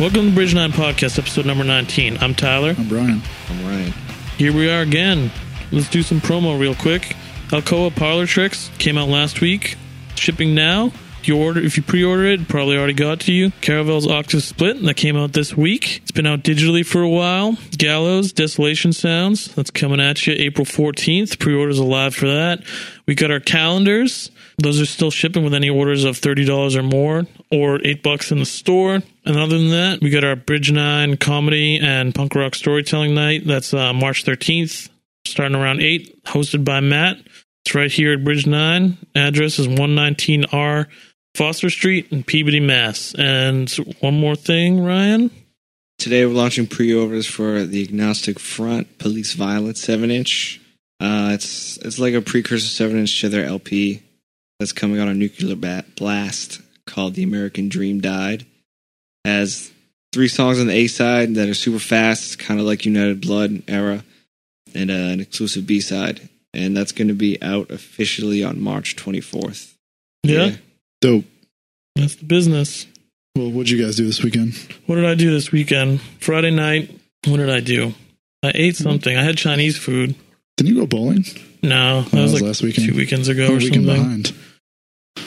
Welcome to Bridge Nine Podcast, episode number 19. I'm Tyler. I'm Brian. I'm Ryan. Here we are again. Let's do some promo real quick. Alcoa Parlor Tricks came out last week. Shipping now. You order if you pre-order it, it probably already got to you. Caravel's Octave Split that came out this week. It's been out digitally for a while. Gallows Desolation Sounds that's coming at you April 14th. Pre-orders alive for that. We got our calendars. Those are still shipping with any orders of $30 or more or 8 bucks in the store. And other than that, we got our Bridge 9 comedy and punk rock storytelling night that's uh, March 13th starting around 8 hosted by Matt. It's right here at Bridge 9. Address is 119R Foster Street in Peabody, Mass. And one more thing, Ryan. Today we're launching pre-orders for the Agnostic Front Police Violet seven inch. Uh, it's it's like a precursor seven inch to their LP that's coming out on Nuclear Bat- Blast called "The American Dream Died." Has three songs on the A side that are super fast, kind of like United Blood era, and uh, an exclusive B side, and that's going to be out officially on March twenty fourth. Yeah, Dope. that's the business. Well, what'd you guys do this weekend? What did I do this weekend? Friday night, what did I do? I ate something. I had Chinese food. Didn't you go bowling? No, that Oh, was that was like last weekend. two weekends ago Or or weekend something. behind.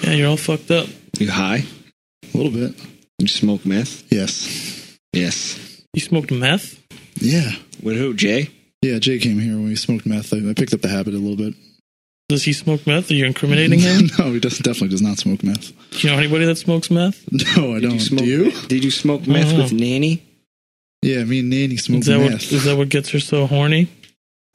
Yeah, you're all fucked up. You high? A little bit. You smoke meth? Yes. Yes. You smoked meth? Yeah. With who? Jay? Yeah. Jay came here when we smoked meth. I, I picked up the habit a little bit. Does he smoke meth? Are you incriminating him? no, he does, definitely does not smoke meth. Do you know anybody that smokes meth? No, I don't. smoke, do you? Did you smoke meth don't with Nanny? Yeah, me and Nanny smoked Is that what meth. is that what gets her so horny?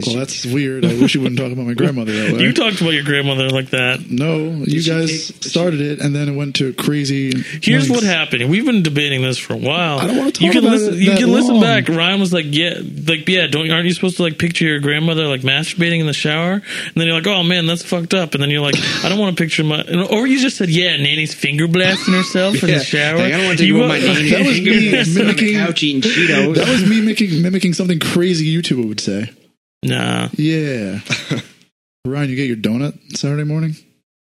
well, that's weird. I wish you wouldn't talk about my grandmother that way. You talked about your grandmother like that. no, you she guys take- started it, and then it went to crazy. Here's lengths. what happened. We've been debating this for a while. I don't wanna talk you can about listen, it You that can listen long. back. Ryan was like, "Yeah, like yeah, don't aren't you supposed to like picture your grandmother like masturbating in the shower?" And then you're like, "Oh man, that's fucked up." And then you're like, "I don't want to picture my," and- or you just said, "Yeah, nanny's finger blasting herself in Yeah. the shower." Like, I don't want to You do what wa- my nanny. That was She could me sit on the mimicking- couch eating Cheetos. That was me mimicking, mimicking something crazy YouTuber would say. Nah, Yeah. Ryan, you get your donut Saturday morning?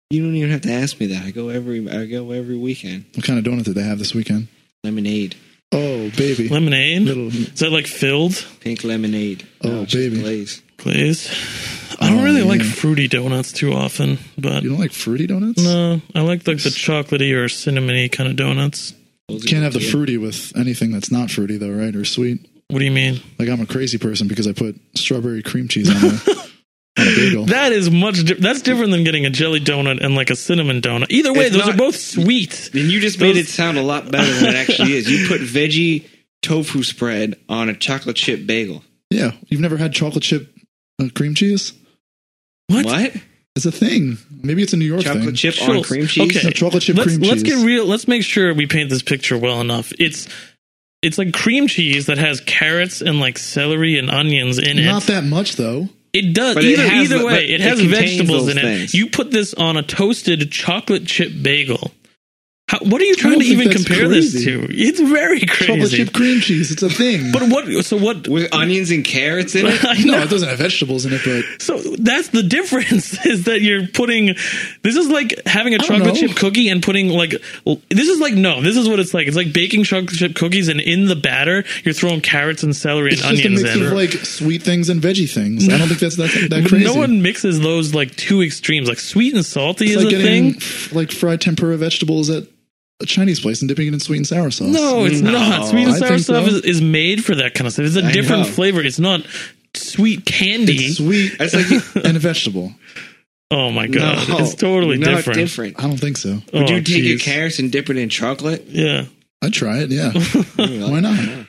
you don't even have to ask me that. I go every I go every weekend. What kind of donut did they have this weekend? Lemonade, Oh, baby. lemonade. Little Is that like filled, pink lemonade. Oh, it's just baby. glaze. please? I don't Oh, really like yeah. fruity donuts too often, but You don't like fruity donuts? no, I like like the chocolatey or cinnamony kind of donuts. Those You can't have the are- fruity with anything that's not fruity though, right? Or sweet. What do you mean? Like I'm a crazy person because I put strawberry cream cheese on a, on a bagel. That is much. Di- that's different than getting a jelly donut and like a cinnamon donut. Either way, It's those not- are both sweet. Then you just made Those- it sound a lot better than it actually is. You put veggie tofu spread on a chocolate chip bagel. yeah, you've never had chocolate chip uh, cream cheese? What? What? It's a thing. Maybe it's a New York Chocolate thing. chip on Schultz. cream cheese. Okay. No, chocolate chip Let's cream let's cheese. get real. Let's make sure we paint this picture well enough. It's it's like cream cheese that has carrots and like celery and onions in it. Not that much though. It does But it either has either the- way. but It it has contains vegetables those in it. things. You put this on a toasted chocolate chip bagel. How, what are you trying don't to think even that's compare this crazy. to? It's very Chocolate crazy. chip cream cheese. It's a thing. But what? So what? With onions and carrots in it? I no, it doesn't have vegetables in it, but So that's the difference is that you're putting this is like having a don't chocolate know. chip cookie and putting like l- this is like no this is what it's like it's like baking chocolate chip cookies and in the batter you're throwing carrots and celery it's and just a onions mix in. of like sweet things and veggie things. I don't think that's that, that crazy. no one mixes those like two extremes like sweet and salty It's is like a getting thing. f- like fried tempura vegetables at a Chinese place and dipping it in sweet and sour sauce. No, it's not. Sweet and Mm. I sour think stuff so. is, is made for that kind of stuff. It's a I different know. flavor. It's not sweet candy. It's sweet That's like and a vegetable. oh my god, no, it's totally not different. different. I don't think so. Would Oh, you take your jeez. carrots and dip it in chocolate? Yeah. I'd try it. Yeah, why not?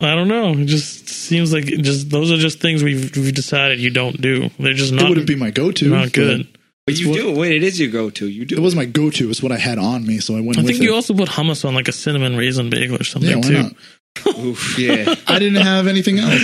I don't know. It just seems like it just those are just things we've we've decided you don't do. They're just it not wouldn't be my go-to. not good. But you what- do it. Wait, it is your go-to. You but do. It was my go-to. It's what I had on me, so I went I with think it. you also put hummus on like a cinnamon raisin bagel or something yeah, why too. not? Oof, yeah. I didn't have anything else.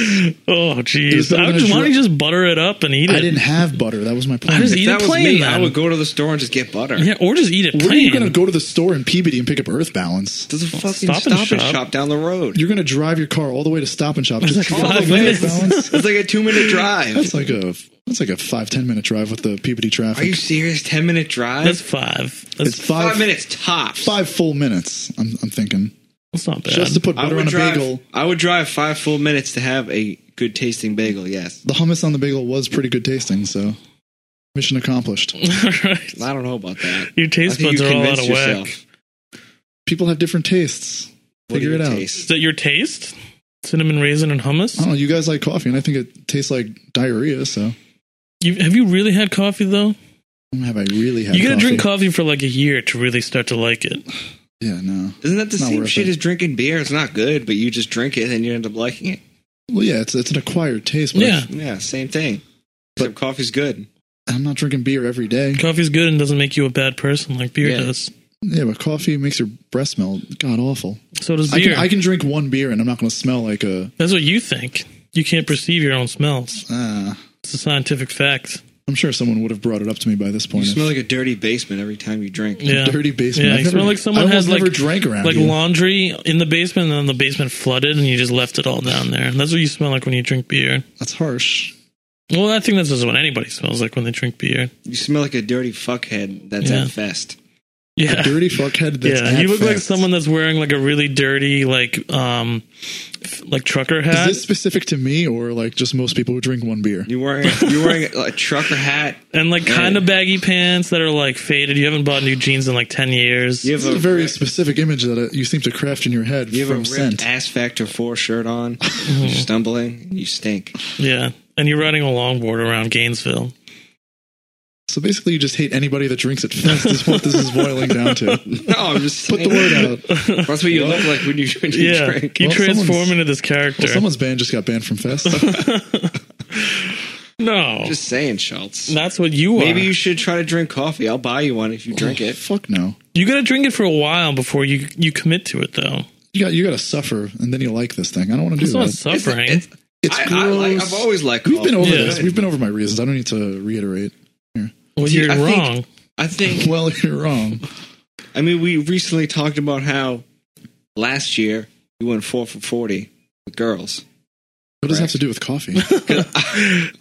Oh jeez. was better I would than a just why don't you dra- just butter it up and eat it? I didn't have butter. That was my point. I just If eat that it was plain. me, then. I would go to the store and just get butter. yeah, or just eat it Where plain. are you going to go to the store in Peabody and pick up Earth Balance? There's a fucking Stop stop, and and, Shop. shop. down the road. You're going to drive your car all the way to Stop and Shop. like Just pick up five Earth minutes. Balance. It's like a two minute drive. That's like a that's like a five ten minute drive with the Peabody traffic. Are you serious? Ten minute drive? That's five. That's it's five five minutes tops. five full minutes. I'm, I'm thinking. It's not bad. Just to put I butter would on a drive. bagel. I would drive five full minutes to have a good tasting bagel. Yes. The hummus on the bagel was pretty good tasting, so mission accomplished. all right. I don't know about that. Your I taste think buds you are all out convinced of yourself. whack. People have different tastes. What do Figure you it out. Is taste? that your taste? Cinnamon raisin and hummus. I don't know. You guys like coffee, and I think it tastes like diarrhea. So You, have you really had coffee though? have I really had? you gotta coffee? drink coffee for like a year to really start to like it. Yeah, no. Isn't that the Not same worth shit it. as drinking beer? It's not good, but you just drink it and you end up liking it. Well, yeah, it's it's an acquired taste. But Yeah. Yeah, same thing. But- Except coffee's good. I'm not drinking beer every day. Coffee's good and doesn't make you a bad person like beer Yeah. does. Yeah, but coffee makes your breath smell god awful. So does I beer. can, I can drink one beer and I'm not going to smell like a. That's what you think. You can't perceive your own smells. Uh, It's a scientific fact. I'm sure someone would have brought it up to me by this You point. smell like a dirty basement every time you drink. Yeah. dirty basement. Yeah, I've you smell like someone I has, almost never like- drank around Like you. laundry in the basement, and then the basement flooded, and you just left it all down there. That's what you smell like when you drink beer. That's harsh. Well, I think that's just what anybody smells like when they drink beer. You smell like a dirty fuckhead that's Yeah. at fest. Yeah, Dirty fuckhead. That's yeah. You at look like fest. someone that's wearing like a really dirty, like, um, f- like trucker Is hat. this specific to me or like just most people who drink one beer? You're wearing you're wearing a trucker hat. and like Yeah. kind of baggy pants that are like faded. You haven't bought new jeans in like ten years. You This is have a, a very specific image that uh, you seem to craft in your head you have a from ripped scent. ass factor four shirt on. You're stumbling. You stink. Yeah, and you're riding a longboard around Gainesville. So basically, you just hate anybody that drinks at fest. is what this is boiling down to. No, I'm just Put the word saying. out. That's what you look like when you, when you yeah, drink. you Well, transform someone's- into this character. Well, someone's band just got banned from fest. no, Just saying, Schultz. that's what you are. Maybe you should try to drink coffee. I'll buy you one if you drink it. Fuck no. you got to drink it for a while before you you commit to it, though. You got you got to suffer, and then you like this thing. I don't want to do It's not that. suffering. It's- It's I, gross. I like, I've always liked We've coffee. been over Yeah. this. We've been over my reasons. I don't need to reiterate. well, See, you're I think- wrong. I think Well, you're wrong. I mean, we recently talked about how last year we went four for forty with girls. What does it have to do with coffee?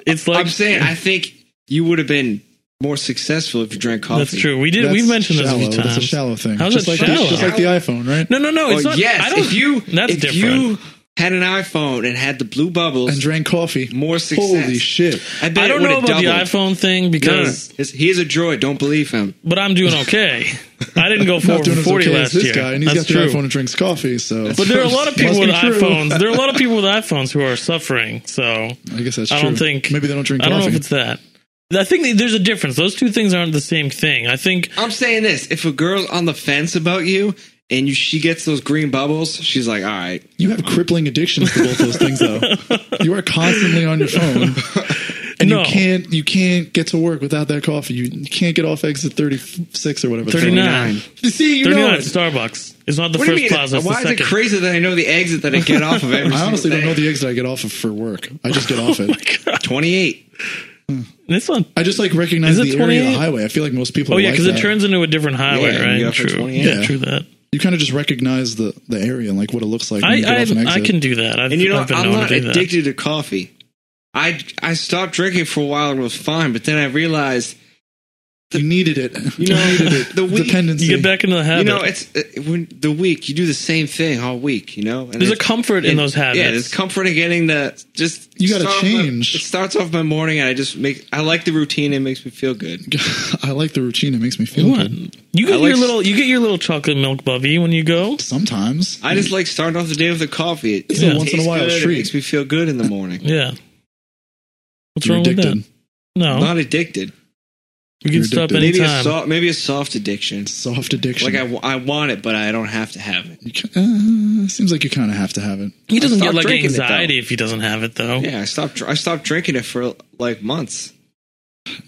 it's like I'm saying I think you would have been more successful if you drank coffee. that's true. We did. That's we've mentioned shallow. this a few times. That's a shallow thing. How's just that like shallow? The, just like the iPhone, right? No, no, no. Oh, It's not. yes, I don't, if you That's if different. you had an iPhone and had the blue bubbles, And drank coffee. more success. Holy shit! I bet I don't it would know have about the doubled. iPhone thing No, no, no. because, It's- He's a droid. Don't believe him. but I'm doing okay. I didn't go Not forward doing as 40 okay as last this year. guy, and he's That's got the true. iPhone and drinks coffee. So, But there are a lot of people Must with be true. iPhones. There are a lot of people with iPhones who are suffering. So I guess that's I true. don't think- maybe they don't drink I don't know coffee. if it's that. I think that there's a difference. Those two things aren't the same thing. I think I'm saying this: if a girl's on the fence about you and you, she gets those green bubbles, she's like, "All right, you have crippling addictions to both those things, though. you are constantly on your phone, and No. you can't you can't get to work without that coffee. You, you can't get off exit thirty six or whatever. the fuck. 39. You See, you 39 know at it. Starbucks is not the What do first you mean? uh, plaza. It's Why the is it second. crazy that I know the exit that I get off of every I honestly single don't know day? the exit I get off of for work. I just get Oh off it. Twenty-eight. This one. I just like Is recognize it the area of 28? the highway. I feel like most people. Oh yeah, like because it that. turns into a different highway, Yeah, you right? got for True. 28. Yeah, Yeah. true that. You kind of just recognize the the area and like what it looks like. when you get I off an I, I exit. can do that. I've, And you know, I've been I'm known not to do that. addicted to coffee. I I stopped drinking for a while and was fine, but then I realized, You needed it. You know, needed it. the week- dependency. You get back into the habit. you know, it's it, when the week you do the same thing all week, you know. And there's a it's- comfort in and- those Yeah, there's habits. comfort in getting the just. You gotta start off my- change. it starts off my morning, and I just make. I like the routine. It makes me feel good. I like the routine. It makes me feel what? good. You get I like your s- little you get your little chocolate milk bubby when you go. Sometimes I just like starting off the day with a coffee. It, It's a it once in a tastes while good, It treat. makes me feel good in the morning. Yeah. What's you're wrong addicted. with that? No, Not addicted. you can you're stop addicted. Maybe a anytime. soft, maybe a soft addiction. Soft addiction. Like I, I want it, but I don't have to have it. You can- uh, seems like you kind of have to have it. He doesn't Stop get like drinking it, though. anxiety if he doesn't have it though. Yeah, I stopped. dr- I stopped drinking it for like months.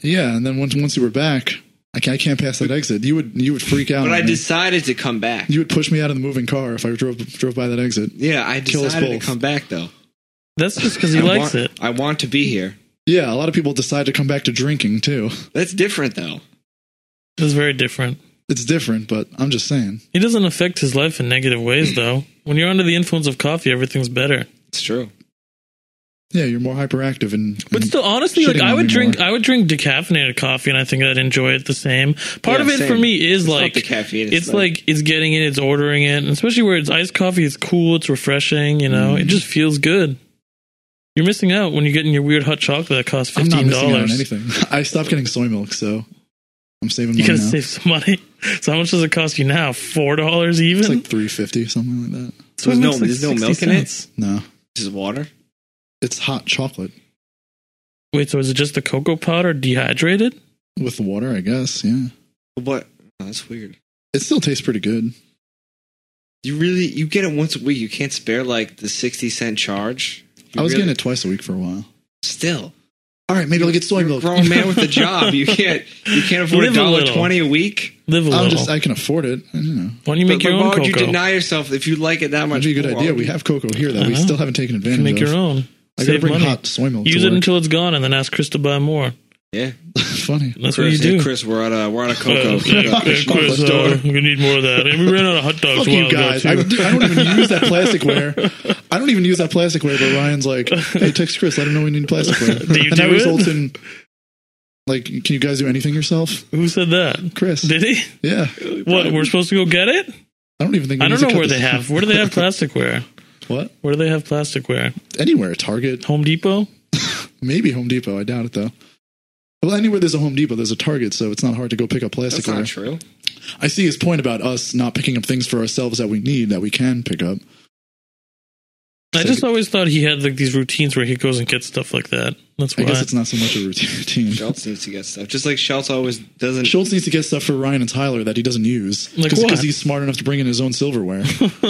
Yeah, and then once once you were back, I can't, I can't pass that exit. You would you would freak out. But on I me. decided to come back. You would push me out of the moving car if I drove drove by that exit. Yeah, I Kill us decided to both. come back though. That's just because he I likes want, it. I want to be here. Yeah, a lot of people decide to come back to drinking too. That's different though. It's very different. It's different, but I'm just saying. It doesn't affect his life in negative ways though. When you're under the influence of coffee, everything's better. It's true. Yeah, you're more hyperactive and. But Mm. and still, honestly, like shitting I on would me drink, more. I would drink decaffeinated coffee, and I think I'd enjoy it the same. Part Yeah, of it for same. me is It's not like the caffeine, It's, it's like, like- it's getting it, it's ordering it, and especially where it's iced coffee. It's cool, it's refreshing. You know, it just feels good. You're missing out when you're getting your weird hot chocolate that costs I'm not fifteen missing out on dollars. anything. I stopped getting soy milk, so I'm saving You money gotta now. save some money. So how much does it cost you now? Four dollars even. it's like three fifty, something like that. So There's it no- makes, like, there's no 60 milk in it? cents. No, This is water. it's hot chocolate Wait, so is it just the cocoa powder dehydrated? with water, I guess. Yeah, What? Oh, that's weird. it still tastes pretty good. You really you get it once a week. You can't spare like the sixty cent charge. You I was really- getting it twice a week for a while. still. All right, maybe I'll get soy You're a milk. grown man with a job. You can't you can't afford Live a a dollar little. twenty a week. Live a I'm little. just, I can afford it. I don't know. Why don't you make But- your but own why would you cocoa? deny yourself if you like it that much? That'd be a good more? idea. We have cocoa here that I we know. still haven't taken advantage Uh-huh. Make of. your own. I gotta Save bring money. hot soy milk. Use to it work. until it's gone, and then ask Chris to buy more. yeah. funny. That's Chris, what you hey, do. Chris, we're out of we're out of Uh, cocoa. yeah, Fuck yeah, off. Chris, Fuck uh, off. we need more of that. And we ran out of hot dogs Fuck a while you ago, guys. too. I, dude, I don't even use that plasticware. I don't even use that plasticware, but Ryan's like, hey, text Chris, let him know we need plasticware. Do you and that do it? results in, like, can you guys do anything yourself? Who said that? Chris. Did he? yeah. What? We're supposed to go get it? I don't even think we I need don't to know cut where this they off. have. Where do they have plasticware? What? Where do they have plasticware? Anywhere. Target. Home Depot? Maybe Home Depot. I doubt it, though. Well, anywhere there's a Home Depot, there's a Target, so it's not hard to go pick up That's not plasticware. true. I see his point about us not picking up things for ourselves that we need that we can pick up. I just always thought he had like these routines where he goes and gets stuff like that. That's I why. guess it's not so much a routine. Schultz needs to get stuff. Just like Schultz always doesn't. Schultz needs to get stuff for Ryan and Tyler that he doesn't use Like because what? he's smart enough to bring in his own silverware.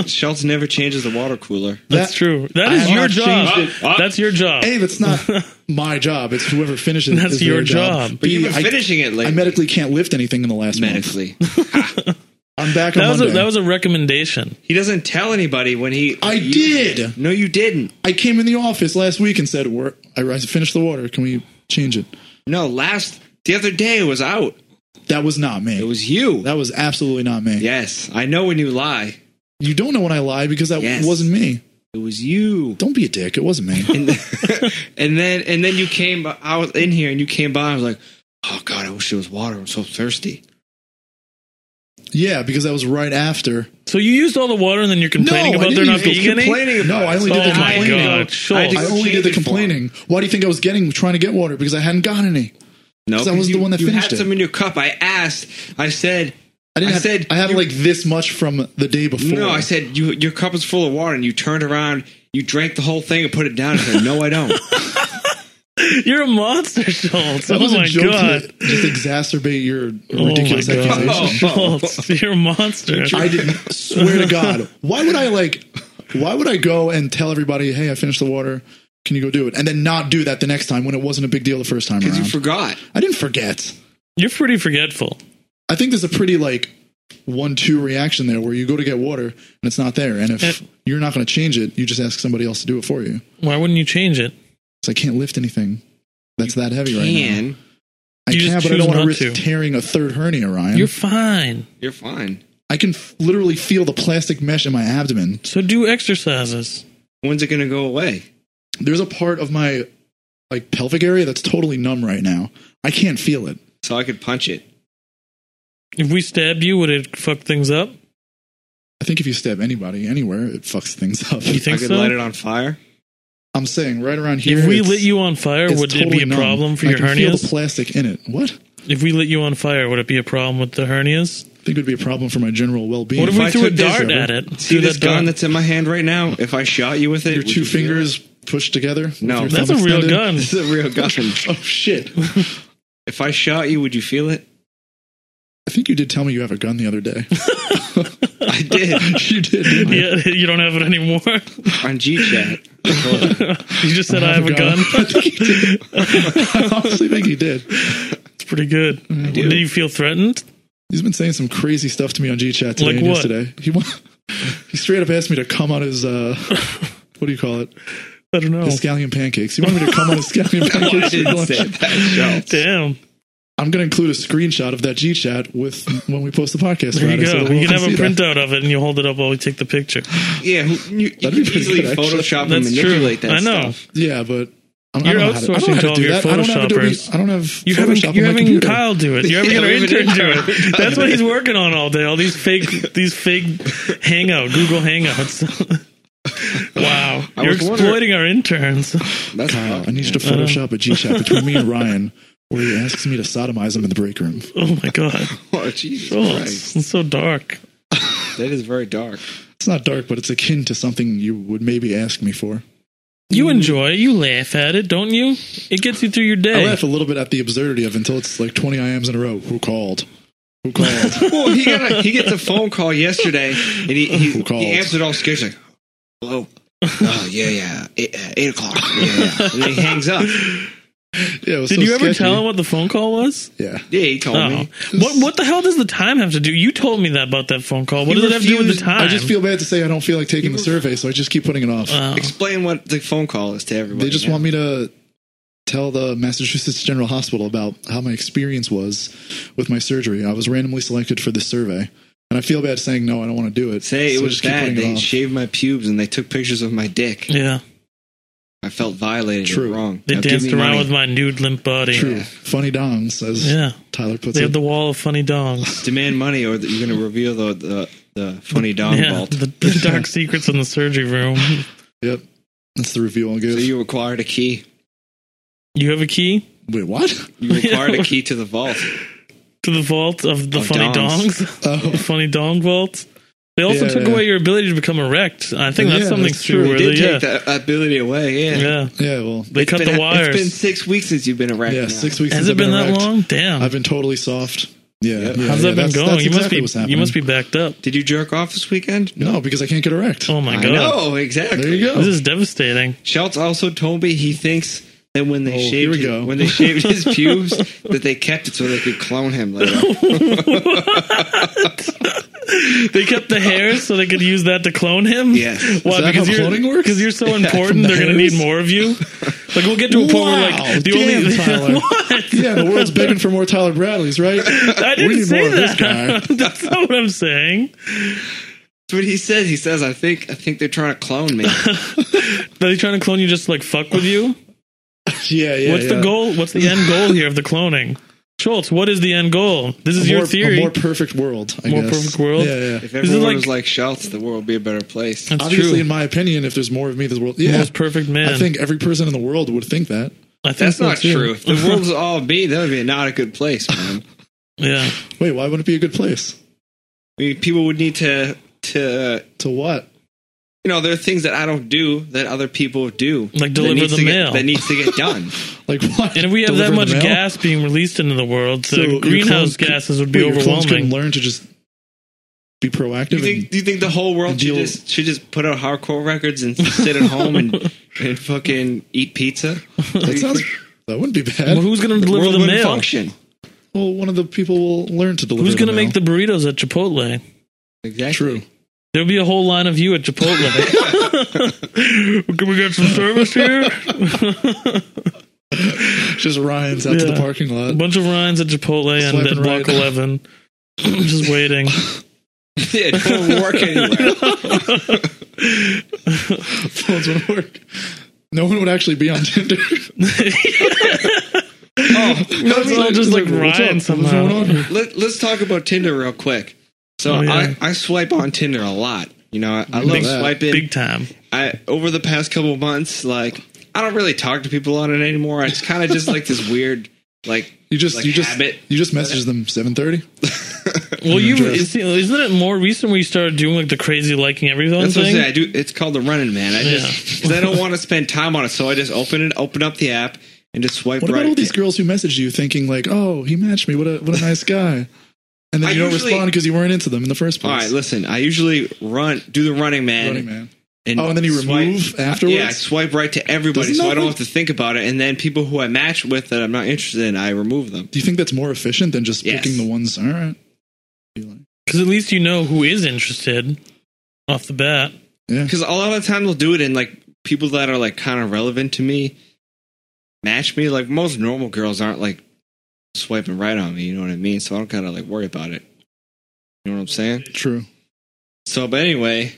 Schultz never changes the water cooler. That's That- true. That I is have your not job. changed it. Ah, ah. That's your job. A, that's not my job. It's whoever finishes. That's is their your job. But you've B, been I- finishing it I lately. medically can't lift anything in the last month. medically. I'm back on that was a, Monday. that was a recommendation. He doesn't tell anybody when he. I you- did. No, you didn't. I came in the office last week and said, "We're I I finished the water. Can we change it?" No, last the other day it was out. That was not It me. was you. that was absolutely not me. yes, I know when you lie. You don't know when I lie because that Yes. wasn't me. It was you. Don't be a dick. It wasn't me. And, and then and then you came. I was in here and you came by. I was like, oh god, I wish there was water. I'm so thirsty. yeah, because that was right after. So you used all the water, and then you're complaining No, I about there didn't not use- being any. Complaining No, about I it. only did Oh the my complaining. god, I Schultz. just- I only did the complaining. Why do you think I was getting trying to get water? Because I hadn't gotten any. No, 'Cause I 'cause was the you- one that you finished had it. some in your cup. I asked. I said. I didn't I have, said I had you- like this much from the day before. No, I said you, your cup is full of water, and you turned around, you drank the whole thing, and put it down. and said, "No, I don't." You're a monster, Schultz. That oh was a my joke god. to just exacerbate your ridiculous oh my god. accusation. Schultz, you're a monster. I didn't swear to God. Why would I like? Why would I go and tell everybody, "Hey, I finished the water. Can you go do it?" And then not do that the next time when it wasn't a big deal the first time Because you around. forgot. I didn't forget. You're pretty forgetful. I think there's a pretty like one-two reaction there where you go to get water and it's not there, and Eh. if you're not going to change it, you just ask somebody else to do it for you. Why wouldn't you change it? Because I can't lift anything that's that heavy right now. Can I You can, just but I don't choose want to not risk to. tearing a third hernia, Ryan. You're fine. you're fine. I can f- literally feel the plastic mesh in my abdomen. So do exercises. When's it going to go away? There's a part of my like pelvic area that's totally numb right now. I can't feel it. So I could punch it. If we stab you, would it fuck things up? I think if you stab anybody anywhere, it fucks things up. You think I could so? light it on fire. I'm saying right around here. If we it's- lit you on fire, it's would it be totally a numb. problem for I your can Feel hernias? the plastic in it. What? if we lit you on fire, would it be a problem with the hernias? I think it would be a problem for my general well-being. What if If we I threw a took this dart over, at it? See Threw this that gun dart- that's in my hand right now? If I shot you with it, Your would two you feel fingers pushed together. No. with your That's a thumb real extended? gun. it? This is a real gun. Oh shit! if I shot you, would you feel it? I think you did tell me you have a gun the other day. I did you did. didn't I? Yeah, you don't have it anymore. on GChat. I told you. you just said I have, a gun. I think you did. I honestly think he did. It's pretty good. do. Did you feel threatened? He's been saying some crazy stuff to me on GChat today Like and what? yesterday. He wa- he straight up asked me to come on his uh, what do you call it? I don't know. His scallion pancakes. He wanted me to come on his scallion I pancakes. for didn't lunch. say that. Schultz. Damn. I'm going to include a screenshot of that G chat with when we post the podcast. There you go. Friday, so You we'll can have a see that. printout of it and you hold it up while we take the picture. Yeah, who- you, you can That'd be pretty easily good, actually. Photoshop and That's true. manipulate that I know. stuff. Yeah, but I'm, You're I don't know how to, I don't know outsourcing how to to all do your that. I don't have Adobe. Photoshoppers. I don't have You're Photoshop having, you're on my having computer. Kyle do it. You're having Yeah, our we have an intern do intern. it. That's what he's working on all day. All these fake, these fake Hangout, Google Hangouts. wow, I you're was wondering- exploiting our interns. That's Kyle, fucked, I need you to I know. Photoshop a G chat between me and Ryan, where he asks me to sodomize him in the break room. Oh my god, man. Oh, Jesus oh, Christ. it's, it's so dark. That is very dark. It's not dark, but it's akin to something you would maybe ask me for. You enjoy it. You laugh at it, don't you? It gets you through your Mm. I day. laugh a little bit at the absurdity of until it's like 20 IMs in a row. Who called? Who called? Well, he got a, he gets a phone call yesterday, and he he, Who called? he answered all scared. He's like, hello. Oh yeah, yeah, eight, uh, eight o'clock. Yeah, yeah. And then he hangs up. yeah, it was Did so you ever sketchy. tell him what the phone call was? Yeah. Yeah, he called Oh. me. What what the hell does the time have to do? You told me that about that phone call. What He does it have to do with the refused- time? Uh, Oh. I just feel bad to say I don't feel like taking the You- survey, so I just keep putting it off. Wow. Explain what the phone call is to everybody. They just want me to tell the Massachusetts General Hospital about how my experience was with my surgery. I was randomly selected for this survey, and I feel bad saying no, I don't want to do it. Say so it I was just keep bad. putting it They off. shaved my pubes and they took pictures of my dick. yeah, I felt violated. True. and Wrong. they Now give danced me around money. with my nude limp body. True, funny dong says Yeah, Tyler puts they it. have the wall of funny dongs. Demand money, or that you're going to reveal the the, the funny dong Yeah, vault. the, the dark secrets in the surgery room. yep, that's the review I'll give. So you required a key. You have a key Wait, what? You required a key to the vault. to the vault of the Oh, funny dongs. dongs, the Oh, funny dong vault. They also Yeah, took yeah. away your ability to become erect. I think that's Yeah, something that's true. true. Where Did they, yeah, take that ability away. Yeah. yeah, yeah. Well, they cut Been- the wires. It's been six weeks since you've been around. yeah. Six weeks. Has since it I've been, that erect. long? Damn, I've been totally soft. Yeah. Yeah. yeah, how's yeah, that been that's- going? that's you exactly what's must be you happening. must be backed up. Did you jerk off this weekend? No, because I can't get erect. Oh my I god, know exactly. There you go. this is devastating. Schultz also told me he thinks that when they Oh, here shaved we his- go. when they shaved his pubes, that they kept it so they could clone him later. They kept the hairs so they could use that to clone him. Yes. Is why? that Because how you're cloning works? because you're so from important. the they're gonna need hairs? more of you. Like we'll get to a point where like the Damn, only Tyler. what? Yeah, the world's begging for more Tyler Bradleys, right? I We didn't need say more of this that. That's not what I'm saying. That's what he says. He says, "I think I think they're trying to clone me." Are they trying to clone you just to, like fuck with you? Yeah, yeah. What's yeah. the goal? What's the end goal here of the cloning? Schultz, what is the end goal? This is a your more, theory. A more perfect world. I More guess. perfect world? Yeah, yeah. If This is everyone like- was like Schultz, the world would be a better place. That's Obviously, true. in my opinion, if there's more of me, this world. Yeah, Most perfect man. I think every person in the world would think that. I think That's so, not too. true. If the world was all me, that would be not a good place, man. yeah. Wait, why wouldn't it be a good place? I mean, people would need to to To what? you know, there are things that I don't do that other people do, Like that deliver needs the to get- mail. that needs to get done. Like what? And if we have Deliver that the much mail? gas being released into the world, So the your greenhouse clones could- gases would be wait, your clones couldn't overwhelming. learn to just be proactive. Do you think? Do you think the whole world Deal- should just should just put out hardcore records and sit at home and and fucking eat pizza? and, that sounds. That wouldn't be bad. Well, who's going to deliver world the wouldn't mail? function. well, one of the people will learn to deliver. Who's going to the make the burritos at Chipotle? Exactly. True. There'll be a whole line of you at Chipotle. Can we get some service here? Just Ryan's out to Yeah. the parking a lot. bunch of Ryan's at Chipotle and Swiping at Block right. 11. Just waiting. yeah, it won't work anywhere. Phones wouldn't work. No one would actually be on Tinder. oh, It's all just like What's up? Ryan What's going somehow. on here? let, let's talk about Tinder real quick. So Oh, yeah. I, I swipe on Tinder a lot. You know, I, I love Big- swiping. Big time. I over the past couple months, like I don't really talk to people on it anymore. I just kind of just like this weird, like You just like you just habit. you just message them seven thirty. Well, you Interesting. see, isn't it more recent where you started doing like the crazy liking everything That's what I thing? say. I do. It's called the running man. I just Yeah. because I don't want to spend time on it, so I just open it, open up the app, and just swipe What right. about all these girls who message you thinking like, "Oh, he matched me. What a what a nice guy," and then I you don't usually- respond because you weren't into them in the first all place? right, listen. I usually run, do the running man, Running man. and Oh, and then you swipe- remove afterwards. Yeah, I swipe right to everybody, Doesn't so that I don't look- have to think about it. And then people who I match with that I'm not interested in, I remove them. Do you think that's more efficient than just Yes. picking the ones? All right. Be like, Because at least you know who is interested off the bat. Yeah. Because a lot of the time they'll do it in like people that are like kind of relevant to me, match me. Like most normal girls aren't like swiping right on me. You know what I mean? So I don't gotta like worry about it. You know what I'm saying? True. So, but anyway,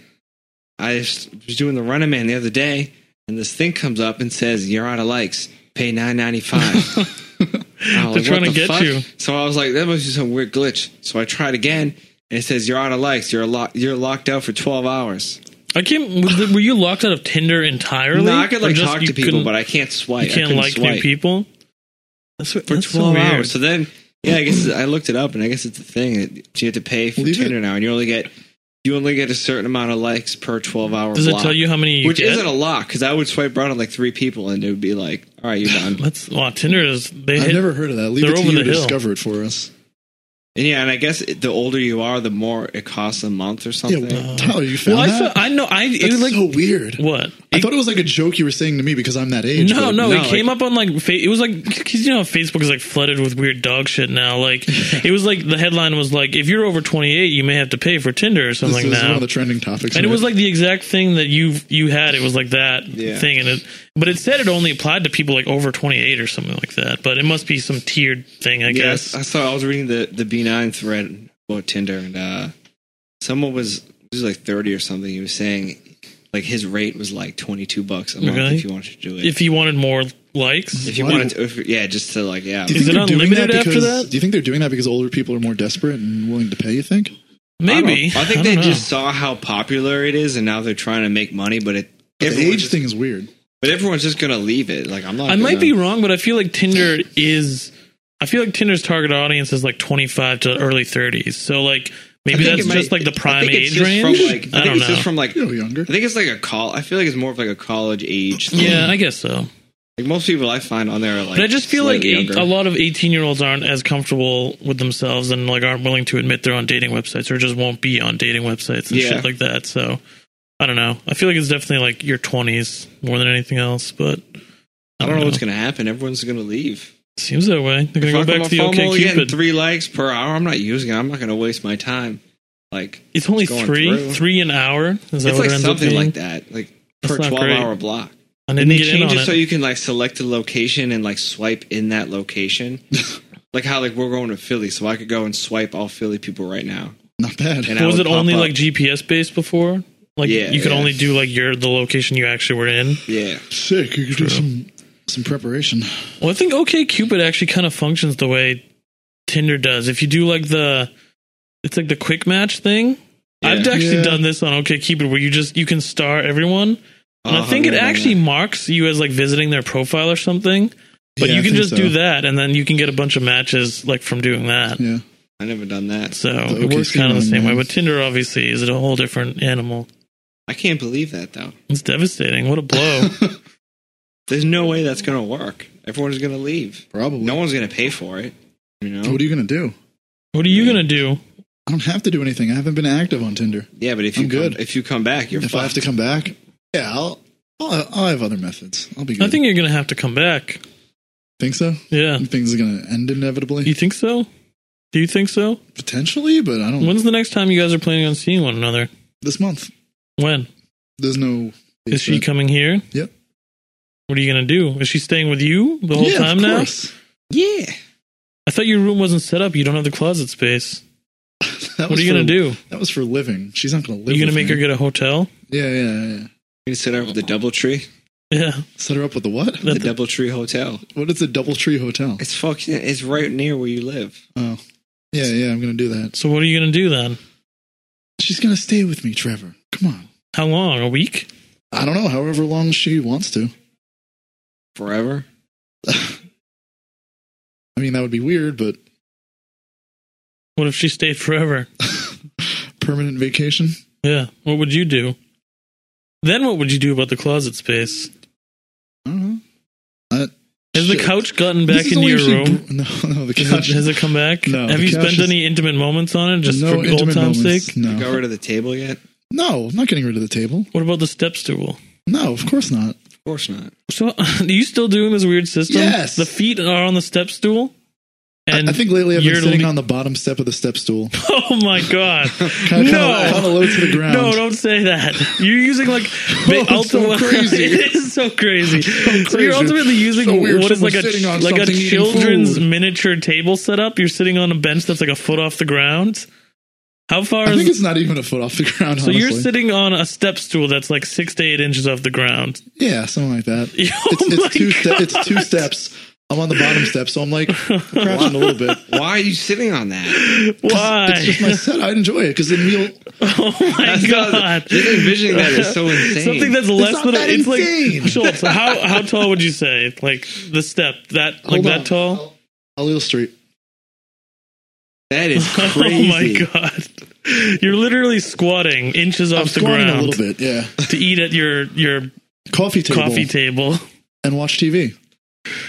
I was doing the running man the other day, and this thing comes up and says, "You're out of likes. Pay nine ninety five. They're trying to get you. So I was like, that must be some weird glitch. So I tried again, and it says, "You're out of likes. You're lo- you're locked out for twelve hours." I can't. was it- Were you locked out of Tinder entirely? No, I could Or like just talk you to people, couldn't- but I can't swipe. you I can't couldn't like new swipe. people. That's what. for that's so twelve weird. hours. So then, yeah, I guess I looked it up, and I guess it's a thing that you have to pay for Leave it- Tinder now, and you only get you only get a certain amount of likes per twelve hour. Does it block, tell you how many you Which get? isn't a lot because I would swipe right on like three people, and it would be like, all right, you're done. That's wow. Tinder is they I've hit, never heard of that. Leave they're it to over you the to hill. discover it for us. and yeah, and I guess it, the older you are, the more it costs a month or Yeah, something. well, Tyler, you found Well, I, that? fe- I know. I it That's was like so weird. what? I thought it was like a joke you were saying to me because I'm that age. No, but- no, no, it came up on like fa- it was like because you know how Facebook is like flooded with weird dog shit now. Like it was like the headline was like if you're over 28, you may have to pay for Tinder or This something is one now. of the trending topics. and it right? was like the exact thing that you you had. It was like that Yeah. thing, and it but it said it only applied to people like over 28 or something like that. But it must be some tiered thing, I Yes, guess. I saw. I was reading the the B nine thread about Tinder, and uh, someone was he was like thirty or something. He was saying like his rate was like twenty two bucks a month Really? if you wanted to do it. If, If you wanted more likes, you Why- wanted to, if, yeah, just to like yeah. Do you Is think it they're doing unlimited after because, that? Do you think they're doing that because older people are more desperate and willing to pay? You think? maybe. I, don't- I think I they don't know. just saw how popular it is, and now they're trying to make money. But it The everyone's age just- thing is weird. but everyone's just gonna leave it. Like I'm not. I might gonna- be wrong, but I feel like Tinder is. I feel like Tinder's target audience is like 25 to early 30s. So like maybe I think that's it might- just like the I think prime it's age just range. From, like, I, I think don't it's know. just from like. You're younger. I think it's like a call. I feel like it's more of like a college age. Thing. yeah, I guess so. like most people I find on there are like. But I just feel like slightly eight, younger. a lot of 18 year olds aren't as comfortable with themselves and like aren't willing to admit they're on dating websites or just won't be on dating websites and Yeah. shit like that. So I don't know. I feel like it's definitely like your 20s more than anything else. But I don't know what's going to happen. Everyone's going to leave. Seems that way. They're gonna If go I'm back on to the FOMO OK again, Cupid. Three likes per hour. I'm not using it. I'm not going to waste my time. Like It's only going three, through. three an hour. Is that it's what like it ends up something being? like that. Like That's per not 12 great. hour block. I And didn't they get in change on it, it. so you can like select a location and like swipe in that location. like how like we're going to Philly, so I could go and swipe all Philly people right now. Not bad. And I was would it pop only up. like GPS based before? Like Yeah, you could yeah. only do like your the location you actually were in. Yeah. Sick. You could do some some preparation. Well, I think OK Cupid actually kind of functions the way Tinder does. If you do like the, it's like the quick match thing. I've Yeah. actually Yeah. done this on OK Cupid where you just you can star everyone, and I Uh-huh, think it yeah, yeah, actually yeah. marks you as like visiting their profile or something. But Yeah, you I can think just so. do that, and then you can get a bunch of matches like from doing that. Yeah. I never done that. So it OK works kind of the Cupid same way. one, But Tinder obviously is a whole different animal. I can't believe that though. It's devastating. What a blow. There's no way that's going to work. Everyone's going to leave. Probably. No one's going to pay for it. You know. What are you gonna do? What are you gonna do? I don't have to do anything. I haven't been active on Tinder. yeah, but if you I'm come, good. if you come back, you're if I have fucked. to come back, yeah, I'll, I'll I'll have other methods. I'll be good. I think you're gonna have to come back. think so. Yeah. Things are gonna end inevitably, You think so? Do you think so? potentially, but I don't. When's the next time you guys are planning on seeing one another? This month, When there's no. is she coming here? Yep. What are you gonna do? Is she staying with you the whole yeah, time of now? course. Yeah. I thought your room wasn't set up. You don't have the closet space. That What was are you gonna for- do? That was for living. She's not gonna live. Are you gonna with make me. her get a hotel? Yeah, yeah, yeah. You can set up with the DoubleTree, Yeah. Set her up with the what? That- the DoubleTree Hotel. What is a double tree hotel? It's fucking. It's right near where you live. Oh, yeah, yeah. I'm gonna do that. so what are you gonna do then? She's gonna stay with me, Trevor. Come on. How long? A week? I don't know. However long she wants to. Forever. I mean, that would be weird, but What if she stayed forever? permanent vacation. Yeah. What would you do? Then what would you do about the closet space? I don't know. I- Has Shit. the couch gotten This back is into only your if she room? br- no, no, the Is couch. it, has it come back? No, Have the you couch spent is- any intimate moments on it just no for old intimate time's moments. sake? No, Got rid of the table yet? no, I'm not getting rid of the table. What about the step stool? No, of course not. Of course not. So, are you still doing this weird system? Yes. The feet are on the step stool? I- And I think lately I've been you're sitting le- on the bottom step of the step stool. Oh my god! Kind of, no, kind of low to the ground. no, don't say that. You're using like it's Oh, so crazy. it is so crazy. So crazy. you're ultimately using So weird. what is like Someone's sitting a on like a something eating children's food. miniature table setup. You're sitting on a bench that's like a foot off the ground. How far I is think it's not even a foot off the ground. so? honestly. You're sitting on a step stool that's like six to eight inches off the ground. yeah, something like that. Oh It's, my it's two. Ste- it's two God. steps. I'm on the bottom step, so I'm like crouching a little bit. Why are you sitting on that? Why? It's just my set. I enjoy it because then you'll. oh my That's not- god! Just envisioning that is so insane. Something that's less not than that a, it's insane. like Schultz. How how tall would you say? Like the step that like hold that on. tall? I'll, I'll illustrate. that is Oh my crazy. god! You're literally squatting inches I'm off the squatting a ground little bit. Yeah, to eat at your your coffee table, coffee table. and watch TV.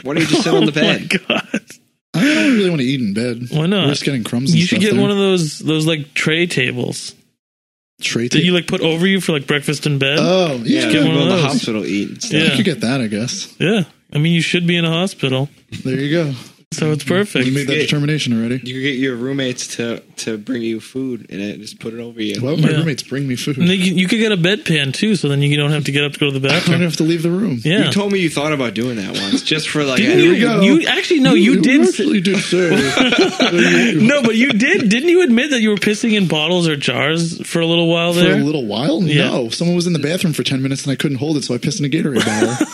Why don't you just sit on the bed? Oh my god! I don't really want to eat in bed. Why not? We're just getting crumbs. And You should stuff get there. one of those those like tray tables tray that table. you like put over you for like breakfast in bed. Oh, yeah, Yeah, get go one of to the those. hospital eat. and stuff. I yeah, could get that. I guess. yeah. I mean, you should be in a hospital, There you go. so it's You perfect. made that Yeah. determination already. You could get your roommates to to bring you food and it just put it over you. Why would my Yeah. roommates bring me food? And then you, you could get a bedpan too, so then you don't have to get up to go to the I don't bathroom. have to leave the room. Yeah. You told me you thought about doing that once, just for like. Didn't Here you? we go. You actually no, you, did. s- actually did say. no, but you did. Didn't you admit that you were pissing in bottles or jars for a little while For there? a little while? Yeah. No. Someone was in the bathroom for 10 minutes and I couldn't hold it, so I pissed in a Gatorade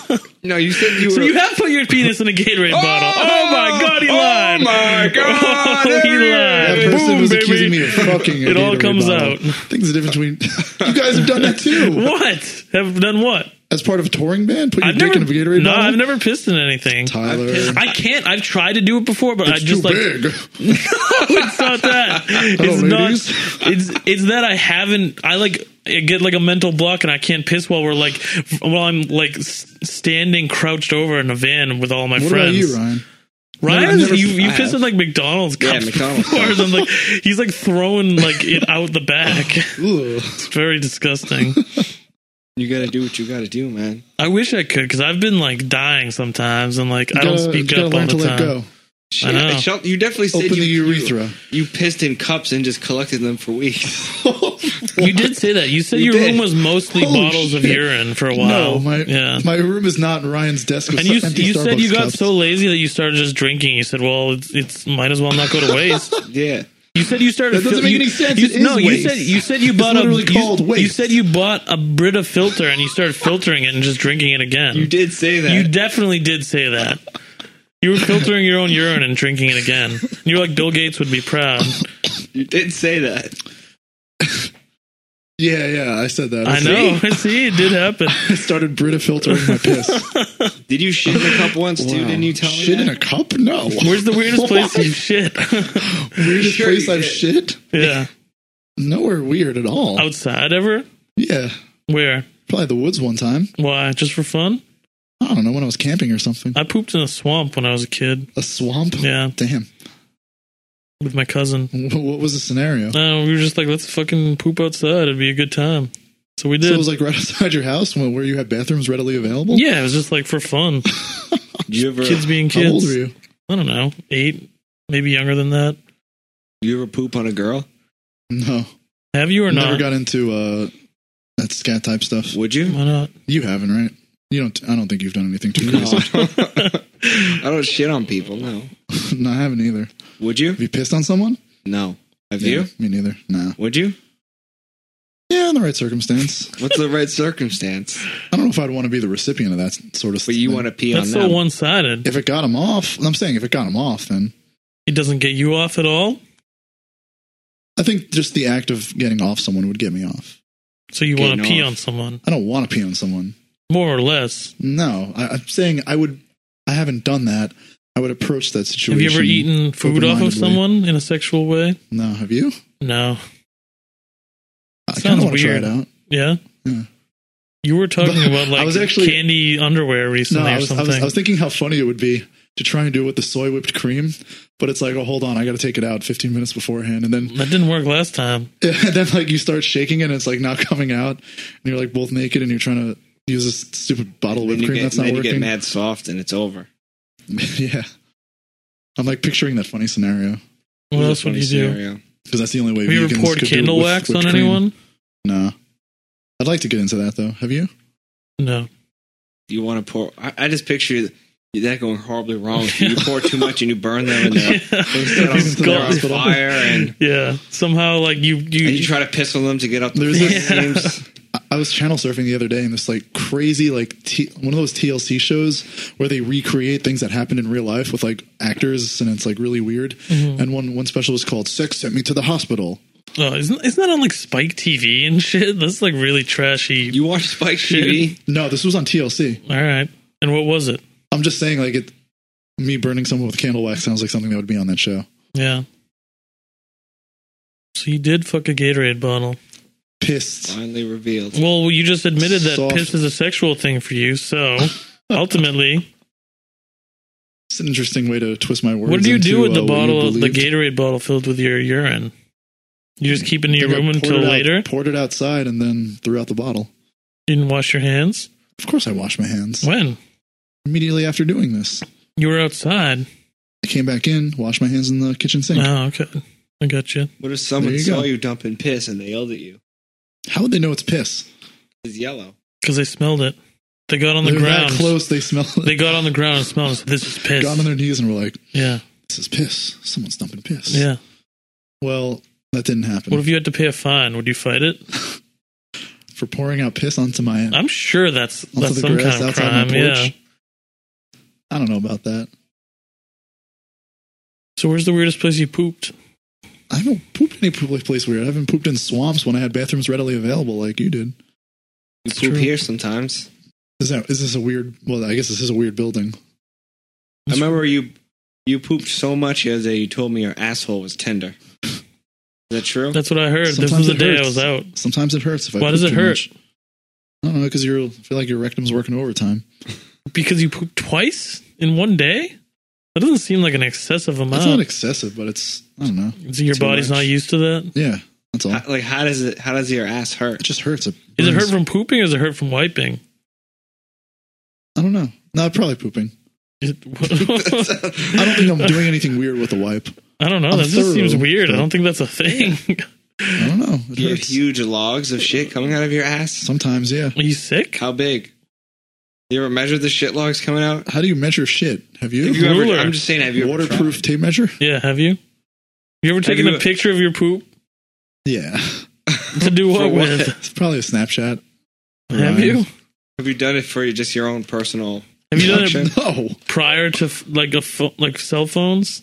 bottle. no, you said you were. so you have put your penis in a Gatorade bottle. Oh my god, he lied. Oh my god! Oh, he there lied. that it is. person boom, was baby. accusing me of fucking a It all Gatorade comes bottle. out. I think there's a difference between. you guys have done that too. What have done what? As part of a touring band, put your I've dick never. in a Gatorade no, bottle? I've never pissed in anything. Tyler. I've I can't. I've tried to do it before, but I it's just too like big. it's not that. It's Hello, not. ladies. It's it's that I haven't. I like I get like a mental block, and I can't piss while we're like while I'm like s- standing crouched over in a van with all my What about friends. you, Ryan? Ryan, I've never- you you I pissed in have. like McDonald's Yeah, cups McDonald's before. cups. I'm like he's like throwing like it out the back. Ooh. It's very disgusting. You gotta do what you gotta do, man. I wish I could because I've been like dying sometimes, and like I don't Gotta- speak gotta up all learn the to let time. go. I know. Shel- you definitely said Open you, the urethra. You, you pissed in cups and just collected them for weeks. You did say that. You said You your did. room was mostly Holy bottles of shit. urine for a while. No, my yeah. my room is not Ryan's desk. With And you, empty you said Starbucks you got cups. so lazy that you started just drinking. You said, "Well, it's, it's might as well not go to waste." yeah. you said you started. That doesn't fil- make you- any sense. You, It is no, waste. you said you said you bought literally a. called you, waste. you said you bought a Brita filter and you started filtering it and just drinking it again. You did say that. You definitely did say that. You were filtering your own urine and drinking it again. You're like Bill Gates would be proud. you did say that. Yeah, yeah, I said that. I know. I see. It did happen. I started Brita filtering my piss. Did you shit in a cup once, dude? Didn't you tell shit me? in a cup? No. Where's the weirdest place you shit? weirdest Sure place you I've did. shit? yeah, Nowhere weird at all. outside ever? yeah, Where? probably the woods one time. Why? Just for fun? I don't know when I was camping or something. I pooped in a swamp when I was a kid. A swamp. Yeah, Damn. with my cousin. Wh- What was the scenario? No, we were just like, let's fucking poop outside. It'd be a good time. So we did. So it was like right outside your house, when, where you had bathrooms readily available. yeah, it was just like for fun. Did you ever Kids being How kids. old were you? I don't know, eight, maybe younger than that. you ever poop on a girl? No, Have you or never not? got into uh, that scat type stuff. Would you? Why not? You haven't, right? You don't. I don't think you've done anything too No, crazy. I don't- I don't shit on people. No. no, I haven't either. Would you? Have you pissed on someone? No. Have Yeah, Me you? neither. Nah. Would you? Yeah, in the right circumstance. What's the right circumstance? I don't know if I'd want to be the recipient of that sort of. But you thing. want to pee That's on so them. one sided. if it got him off. I'm saying if it got him off, then It doesn't get you off at all. I think just the act of getting off someone would get me off. So you want to Getting pee off. on someone, I don't want to pee on someone. more or less. No, I, I'm saying I would. I haven't done that. I would approach that situation. Have you ever eaten food off of open-mindedly. someone in a sexual way? No, have you? No. I kind Sounds of want to try weird. it out. Yeah. Yeah. You were talking Hmm. But about like I was actually- candy underwear No, recently I or was, I, something. was, I was thinking how funny it would be to try and do it with the soy whipped cream, but it's like, oh, hold on, I got to take it out 15 minutes beforehand, and then that didn't work last time. and then like you start shaking it, and it's like not coming out, and you're like both naked, and you're trying to use this stupid bottle of Then whipped you cream get, that's not then you get working. mad soft and it's over. yeah, I'm like picturing that funny scenario What else would you do? because that's the only way Have you ever vegans poured could do it candle with- wax with on cream. anyone? No. I'd like to get into that though. Have you? No. You want to pour? I, I just picture that going horribly wrong. You pour too much and you burn them, and they're, they're, on, He's Skull- they're on gone. fire, and, yeah. Somehow, like you, you, and you try to piss on them to get up. The There's floor. this- It seems- I- I was channel surfing the other day, and this like crazy like t- one of those TLC shows where they recreate things that happened in real life with like actors, and it's like really weird. Mm-hmm. And one one special was called "Sex Sent Me to the Hospital." oh, isn't isn't that on like Spike TV and shit? That's like really trashy. You watch Spike TV? No, this was on TLC. All right. And what was it? I'm just saying, like it, me burning someone with candle wax sounds like something that would be on that show. Yeah. So you did fuck a Gatorade bottle. Pissed. Finally revealed. Well, you just admitted that Soft. piss is a sexual thing for you. So ultimately, It's an interesting way to twist my words. what do you do into, with the uh, what you bottle, the believed. Gatorade bottle filled with your urine? You just keep it in I your think room I poured until it out- later. poured it outside and then threw out the bottle. You didn't wash your hands. Of course, I washed my hands When immediately after doing this. you were outside. I came back in, washed my hands in the kitchen sink. Oh, okay. I got you. What if someone There you saw go. you dumping piss and they yelled at you? How would they know it's piss? It's yellow. Because they smelled it. They got on the They're ground. that close, they smell it. They got on the ground and smelled. it, so This is piss. got on their knees and were like, yeah, "This is piss. Someone's dumping piss." yeah. Well, that didn't happen What if you had to pay a fine? Would you fight it? for pouring out piss onto my I'm sure that's onto that's the some grass kind of outside crime. my porch. Yeah. I don't know about that. So where's the weirdest place you pooped? I haven't pooped any public place weird. I haven't pooped in swamps when I had bathrooms readily available like you did. You It's poop true. here sometimes. Is that is this a weird? Well, I guess this is a weird building. I remember you you pooped so much the other day. You told me your asshole was tender. Is that true? That's what I heard. this Sometimes was the it day I hurts. was out. Sometimes it hurts. If I Why poop does it too hurt? much. I don't know because you feel like your rectum's working overtime. Because you pooped twice in one day. That doesn't seem like an excessive That's not amount. excessive, but it's I don't know. So your too body's much. not used to that. Yeah, that's all. How- like how does it? How does your ass It hurt? just hurts. It Is it burns. hurt from pooping or is it hurt from wiping? I don't know. No, probably pooping. Is it- I don't think I'm doing anything weird with a wipe. I don't know. I'm That just thorough, seems weird. I but- don't think that's a thing. I don't know. It You have hurts. huge logs of shit coming out of your ass. Sometimes, yeah. Are you sick? How big? You ever measured the shit logs coming out? How do you measure shit? Have you? Have you ever, Ruler. I'm just saying, have you ever waterproof tried? tape measure? Yeah, have you? You ever taken you- a picture of your poop Yeah. to do For what what? with? It's probably a Snapchat. Have Ryan. you? Have you done it for you, just your own personal? Have you done Collection? it No. prior to f- like a pho- like cell phones,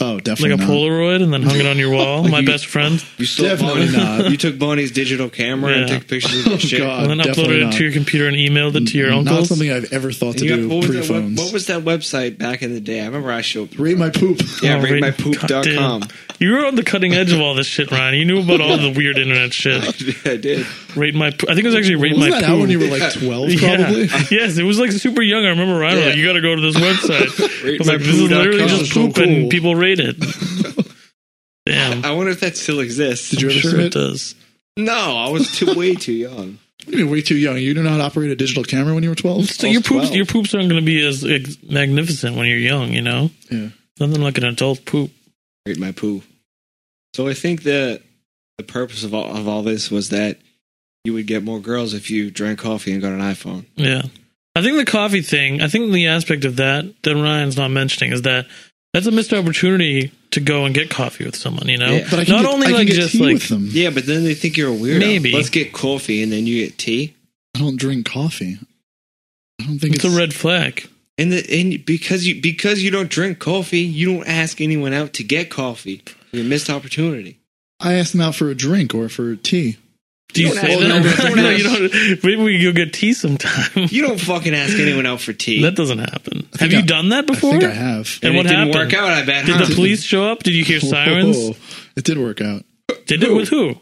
Oh, like definitely a not. Polaroid, and then hung it on your wall? Like my you- best friend, You stole Definitely Bonnie. not. You took Bonnie's digital camera and Yeah. took pictures of your Oh, shit. God. and then definitely uploaded it not. to your computer and emailed it to your Not uncles. something I've ever thought And to you got- do what, pre was that web, phones. what was that website back in the day? I remember I showed. Rate my poop. Yeah, Oh, read read- my poop dot com. God You were on the cutting edge of all this shit, Ryan. You knew about all the weird internet shit. I did. Rate my, po- I think it was actually rate Wasn't my that out when you poo. were like 12, Yeah. probably? yes, it was like super young. I remember Ryan was Yeah. like, "You got to go to this website." I Rate was my like, "This is poo dot literally com. just So poop, and cool. people rate it." Damn, I wonder if that still exists. Did you I'm ever sure submit? it does. No, I was too way too young. What do You were way too young. You do not operate a digital camera when you were 12? So your was poops, 12. your poops aren't going to be as ex- magnificent when you're young. You know, Yeah. nothing like an adult poop. Read my poo. So I think the the purpose of all of all this was that you would get more girls if you drank coffee and got an iPhone. Yeah. I think the coffee thing, I think the aspect of that that Ryan's not mentioning is that that's a missed opportunity to go and get coffee with someone, you know? Yeah. But I can not get, only I can like get just tea like with them. Yeah, but then they think you're a weirdo. Maybe. let's get coffee and then you get tea. I don't drink coffee. I don't think it's it's, a red flag. And the and because you because you don't drink coffee, you don't ask anyone out to get coffee. You missed opportunity. I asked them out for a drink or for tea. Do you, You don't say ask- that? no, no, no, you don't. Maybe we go get tea sometime. You don't fucking ask anyone out for tea. that doesn't happen. I Have think you I- done that before? I think I have. And it what didn't happened? work out. I bet. Did huh? the police show up? Did you hear sirens? Whoa. It did work out. Did it with who?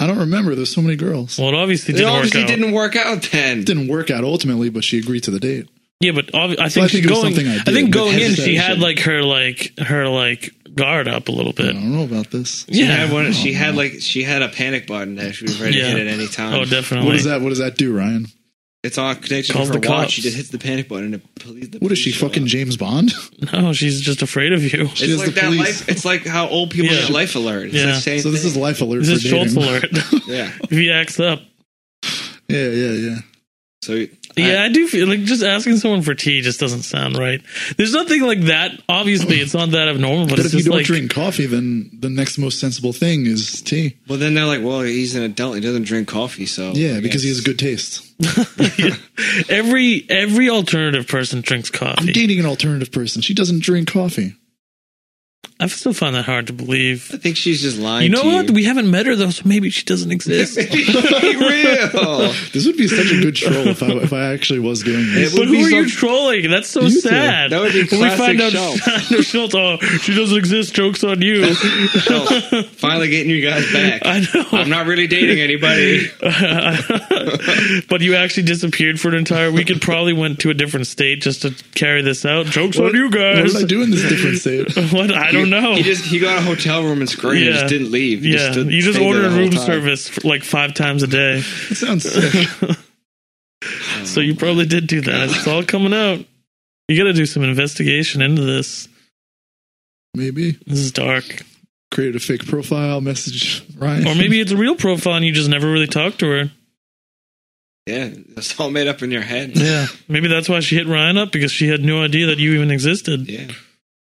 I don't remember. There's so many girls. Well, it obviously It didn't obviously work out. didn't work out then. it didn't work out ultimately, but she agreed to the date. Yeah, but obvi- I think, I think it was going. something I I, did, think but going in, she hesitation. had like her like her like guard up a little I bit. don't know about this. Yeah. Oh. She had one. She had like she had a panic button that she was ready Yeah. to hit at any time. Oh, definitely. What does that? What does that do, Ryan? It's on connected Calls to her the watch. cops. She just hits the panic button and the police. The What is police she show fucking up. James Bond? No, she's just afraid of you. She it's has like the that police. life. It's like how old people Yeah. get life alert. It's Yeah. the same so this is thing. life alert. This is for dating. Schultz alert. yeah. if he acts up. Yeah, yeah, yeah. So Yeah, I, do feel like just asking someone for tea just doesn't sound right. There's nothing like that. Obviously, it's not that abnormal, but, But, it's if you just don't like drink coffee, then the next most sensible thing is tea. Well, then they're like, well, he's an adult. He doesn't drink coffee, so Yeah, because he he's has good taste. every every alternative person drinks I'm coffee. dating an alternative person. She doesn't drink coffee. I still find that hard to believe. I think she's just lying. You know to what? You. We haven't met her though, so maybe she doesn't exist. Be real. This would be such a good troll if I if I actually was doing It this. But would who be are so- you trolling? That's so You two. sad. That would be When we find classic out Schultz. no, Schultz, oh, she doesn't exist. Jokes on you. So, finally getting you guys back. I know. I'm not really dating anybody. but you actually disappeared for an entire week and probably went to a different state just to carry this out. Jokes on you What guys. did I do in this different state? What? I don't know. He just he got a hotel room and screamed. and Yeah. Just didn't leave. He yeah, stood- you just stayed there ordered the whole room time. service for, like five times a day, It sounds sick. Oh. so you probably did do that. It's all coming out. You got to do some investigation into this. Maybe This is dark, created a fake profile, message Ryan, or maybe it's a real profile and you just never really talked to her. Yeah, it's all made up in your head. yeah. Maybe that's why she hit Ryan up because she had no idea that you even existed. Yeah.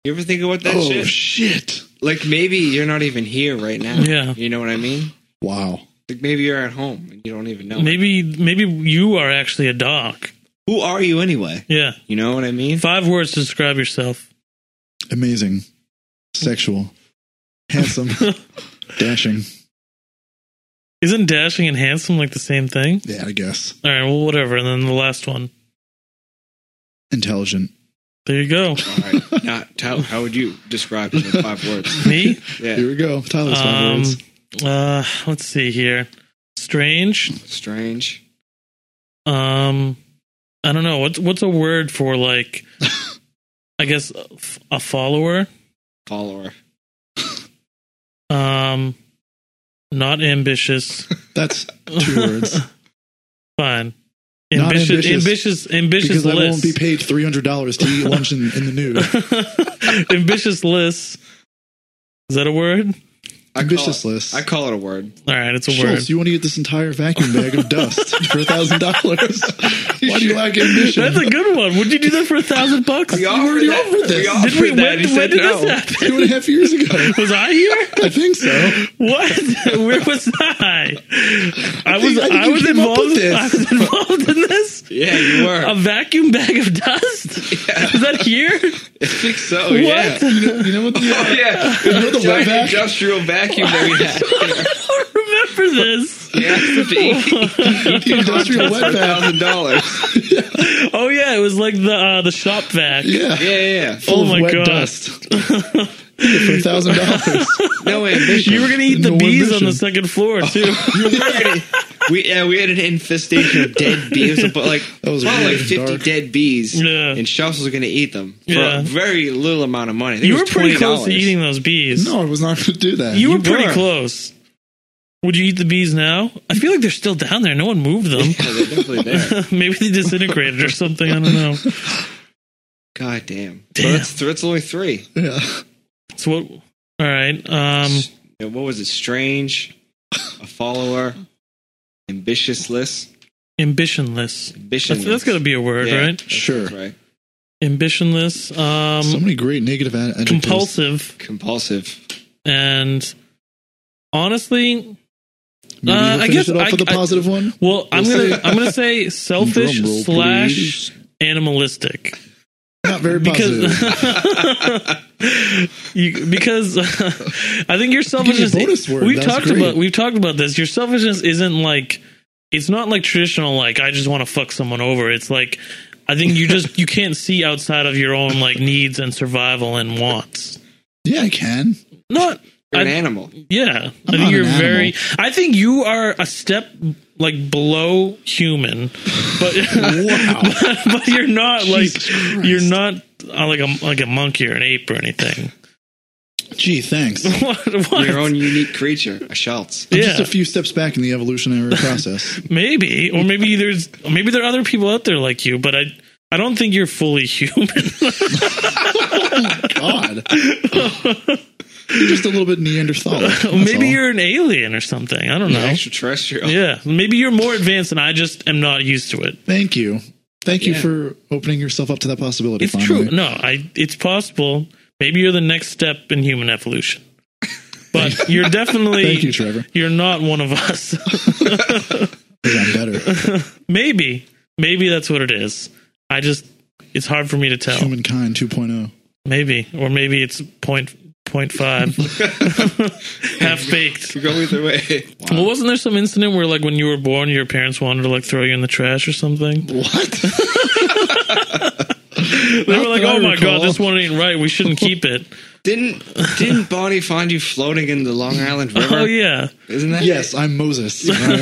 You ever think about that oh shit? shit! like maybe you're not even here right now. Yeah. You know what I mean? Wow. Like maybe you're at home and you don't even know. Maybe, maybe you are actually a dog. Who are you anyway? Yeah, You know what I mean? five words to describe yourself. Amazing. Sexual. Handsome. Dashing. Isn't dashing and handsome like the same thing? Yeah, I guess. All right, well, whatever. And then the last one. Intelligent. There you go. All right. Now, how, how would you describe it in five words? Me. Here Yeah. we go. Tyler's five Um, words. uh, let's see here. Strange. Strange. Um, I don't know. What's what's a word for like? I guess a f- a follower. Follower. Um, not ambitious. That's two words. Fine. Not Ambitious, ambitious. ambitious, ambitious Because I won't be list. paid three hundred dollars to eat lunch in, in the nude. ambitious list. Is that a word? I call Ambitious it- list. I call it a word. All right, it's a word. Schultz, you want to get this entire vacuum bag of dust for a thousand dollars? Why do you lack ambition? That's a good one. Would you do that for a thousand bucks? We Did offered already that. offered this. We Did offered we? that. When, he when said did no. this happen? two and a half years ago. Was I here? I think so. What? Where was I? I was. think- I I, think you was came up involved. with this. I was involved in this. Yeah, you were. A vacuum bag of dust. Was that here? I think so. What? Yeah. You know what? The, Oh, yeah. You know the wet vac? industrial vacuum that we had. I don't remember this. Yeah, the industrial wet bath. thousand dollars. Oh yeah, it was like the uh, the shop vac. Yeah. Yeah, yeah. Full Oh of my wet God. dust. for a thousand dollars. No ambition. You were gonna eat the No bees on ambition. the second floor too. we yeah, we had an infestation of dead bees, but like That was about really like fifty dark. dead bees, Yeah. and Shells was going to eat them for Yeah. a very little amount of money. I think you it were was pretty close to $20. eating those bees. No, I was not going to do that. you were you pretty were. close. Would you eat the bees now? I feel like they're still down there. No one moved them. Yeah, they're definitely there. Maybe they disintegrated or something. I don't know. God damn. Damn. So that's, th- that's only three. yeah. So what? All right. Um. Yeah, what was it? Strange, a follower, ambitiousless, ambitionless. ambition. That's, that's got to be a word, Yeah. right? Sure. right. Ambitionless, um, so many great negative ad- adjectives. compulsive, Compulsive. and honestly, Maybe we'll Uh, I finish guess it off I- with a I- positive one. well, I'm We'll gonna I'm gonna say selfish Drum roll, slash animalistic Not very because positive. you, because I think your you a selfishness. bonus word. We've That was talked great. about we've talked about this. Your selfishness isn't like it's not like traditional. Like I just want to fuck someone over. It's like I think you just you can't see outside of your own like needs and survival and wants. yeah, I can. Not You're an I- animal. Yeah, i not think an you're animal. very. I think you are a step like below human, but but, but you're not like Jesus Christ. you're not uh, like a like a monkey or an ape or anything. Gee, thanks. what? what? Your own unique creature, a Schultz. I'm Yeah. just a few steps back in the evolutionary process. Maybe, or maybe there's maybe there are other people out there like you, but I I don't think you're fully human. God. You're just a little bit Neanderthal. that's maybe all. you're an alien or something. I don't know. Extraterrestrial. Yeah, maybe you're more advanced and I just am not used to it. Thank you. Thank Yeah. you for opening yourself up to that possibility. It's finally. true. No, I it's possible. Maybe you're the next step in human evolution. But you're definitely Thank you, Trevor. you're not one of us. 'cause I'm better. maybe. Maybe that's what it is. I just it's hard for me to tell. Humankind oh. 2.0. Maybe. Or maybe it's point point five. Half baked. Could go either way. Well, wasn't there some incident where, like, when you were born, your parents wanted to like throw you in the trash or something? What? They were like, that I "Oh my recall." god, this one ain't right. We shouldn't keep it." Didn't didn't Bonnie find you floating in the Long Island Uh-huh. River? oh yeah, Isn't that yes, I'm Moses. Alright.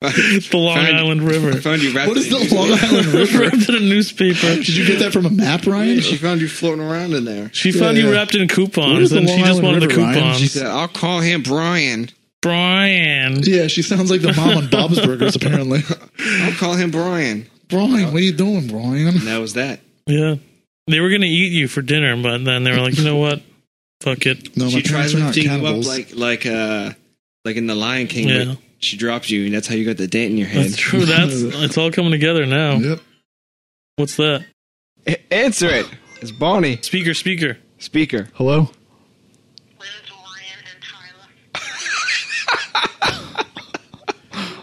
it's the Long Found- Island I River. found you wrapped what is in a the Long Island River? wrapped in a newspaper. Did you get that from a map, Ryan? She found you floating around in there. She found Yeah. you wrapped in Where is coupons, the and Long she just Island wanted the River, Ryan? coupons. She said, "I'll call him Brian. Brian, Yeah, she sounds like the mom on Bob's Burgers, apparently. I'll call him Brian." Brian, what are you doing, Brian? And that was Oh, that. yeah, they were gonna eat you for dinner, but then they were like, "You know what? Fuck it." No, she my tries parents are not lifting you up cannibals. like like uh like in the Lion King. Yeah. but She dropped you, and that's how you got the dent in your head. That's true. That's it's all coming together now. yep. What's that? Answer it. It's Bonnie. Speaker, speaker. Speaker. Hello? Liz, Ryan, and Tyler.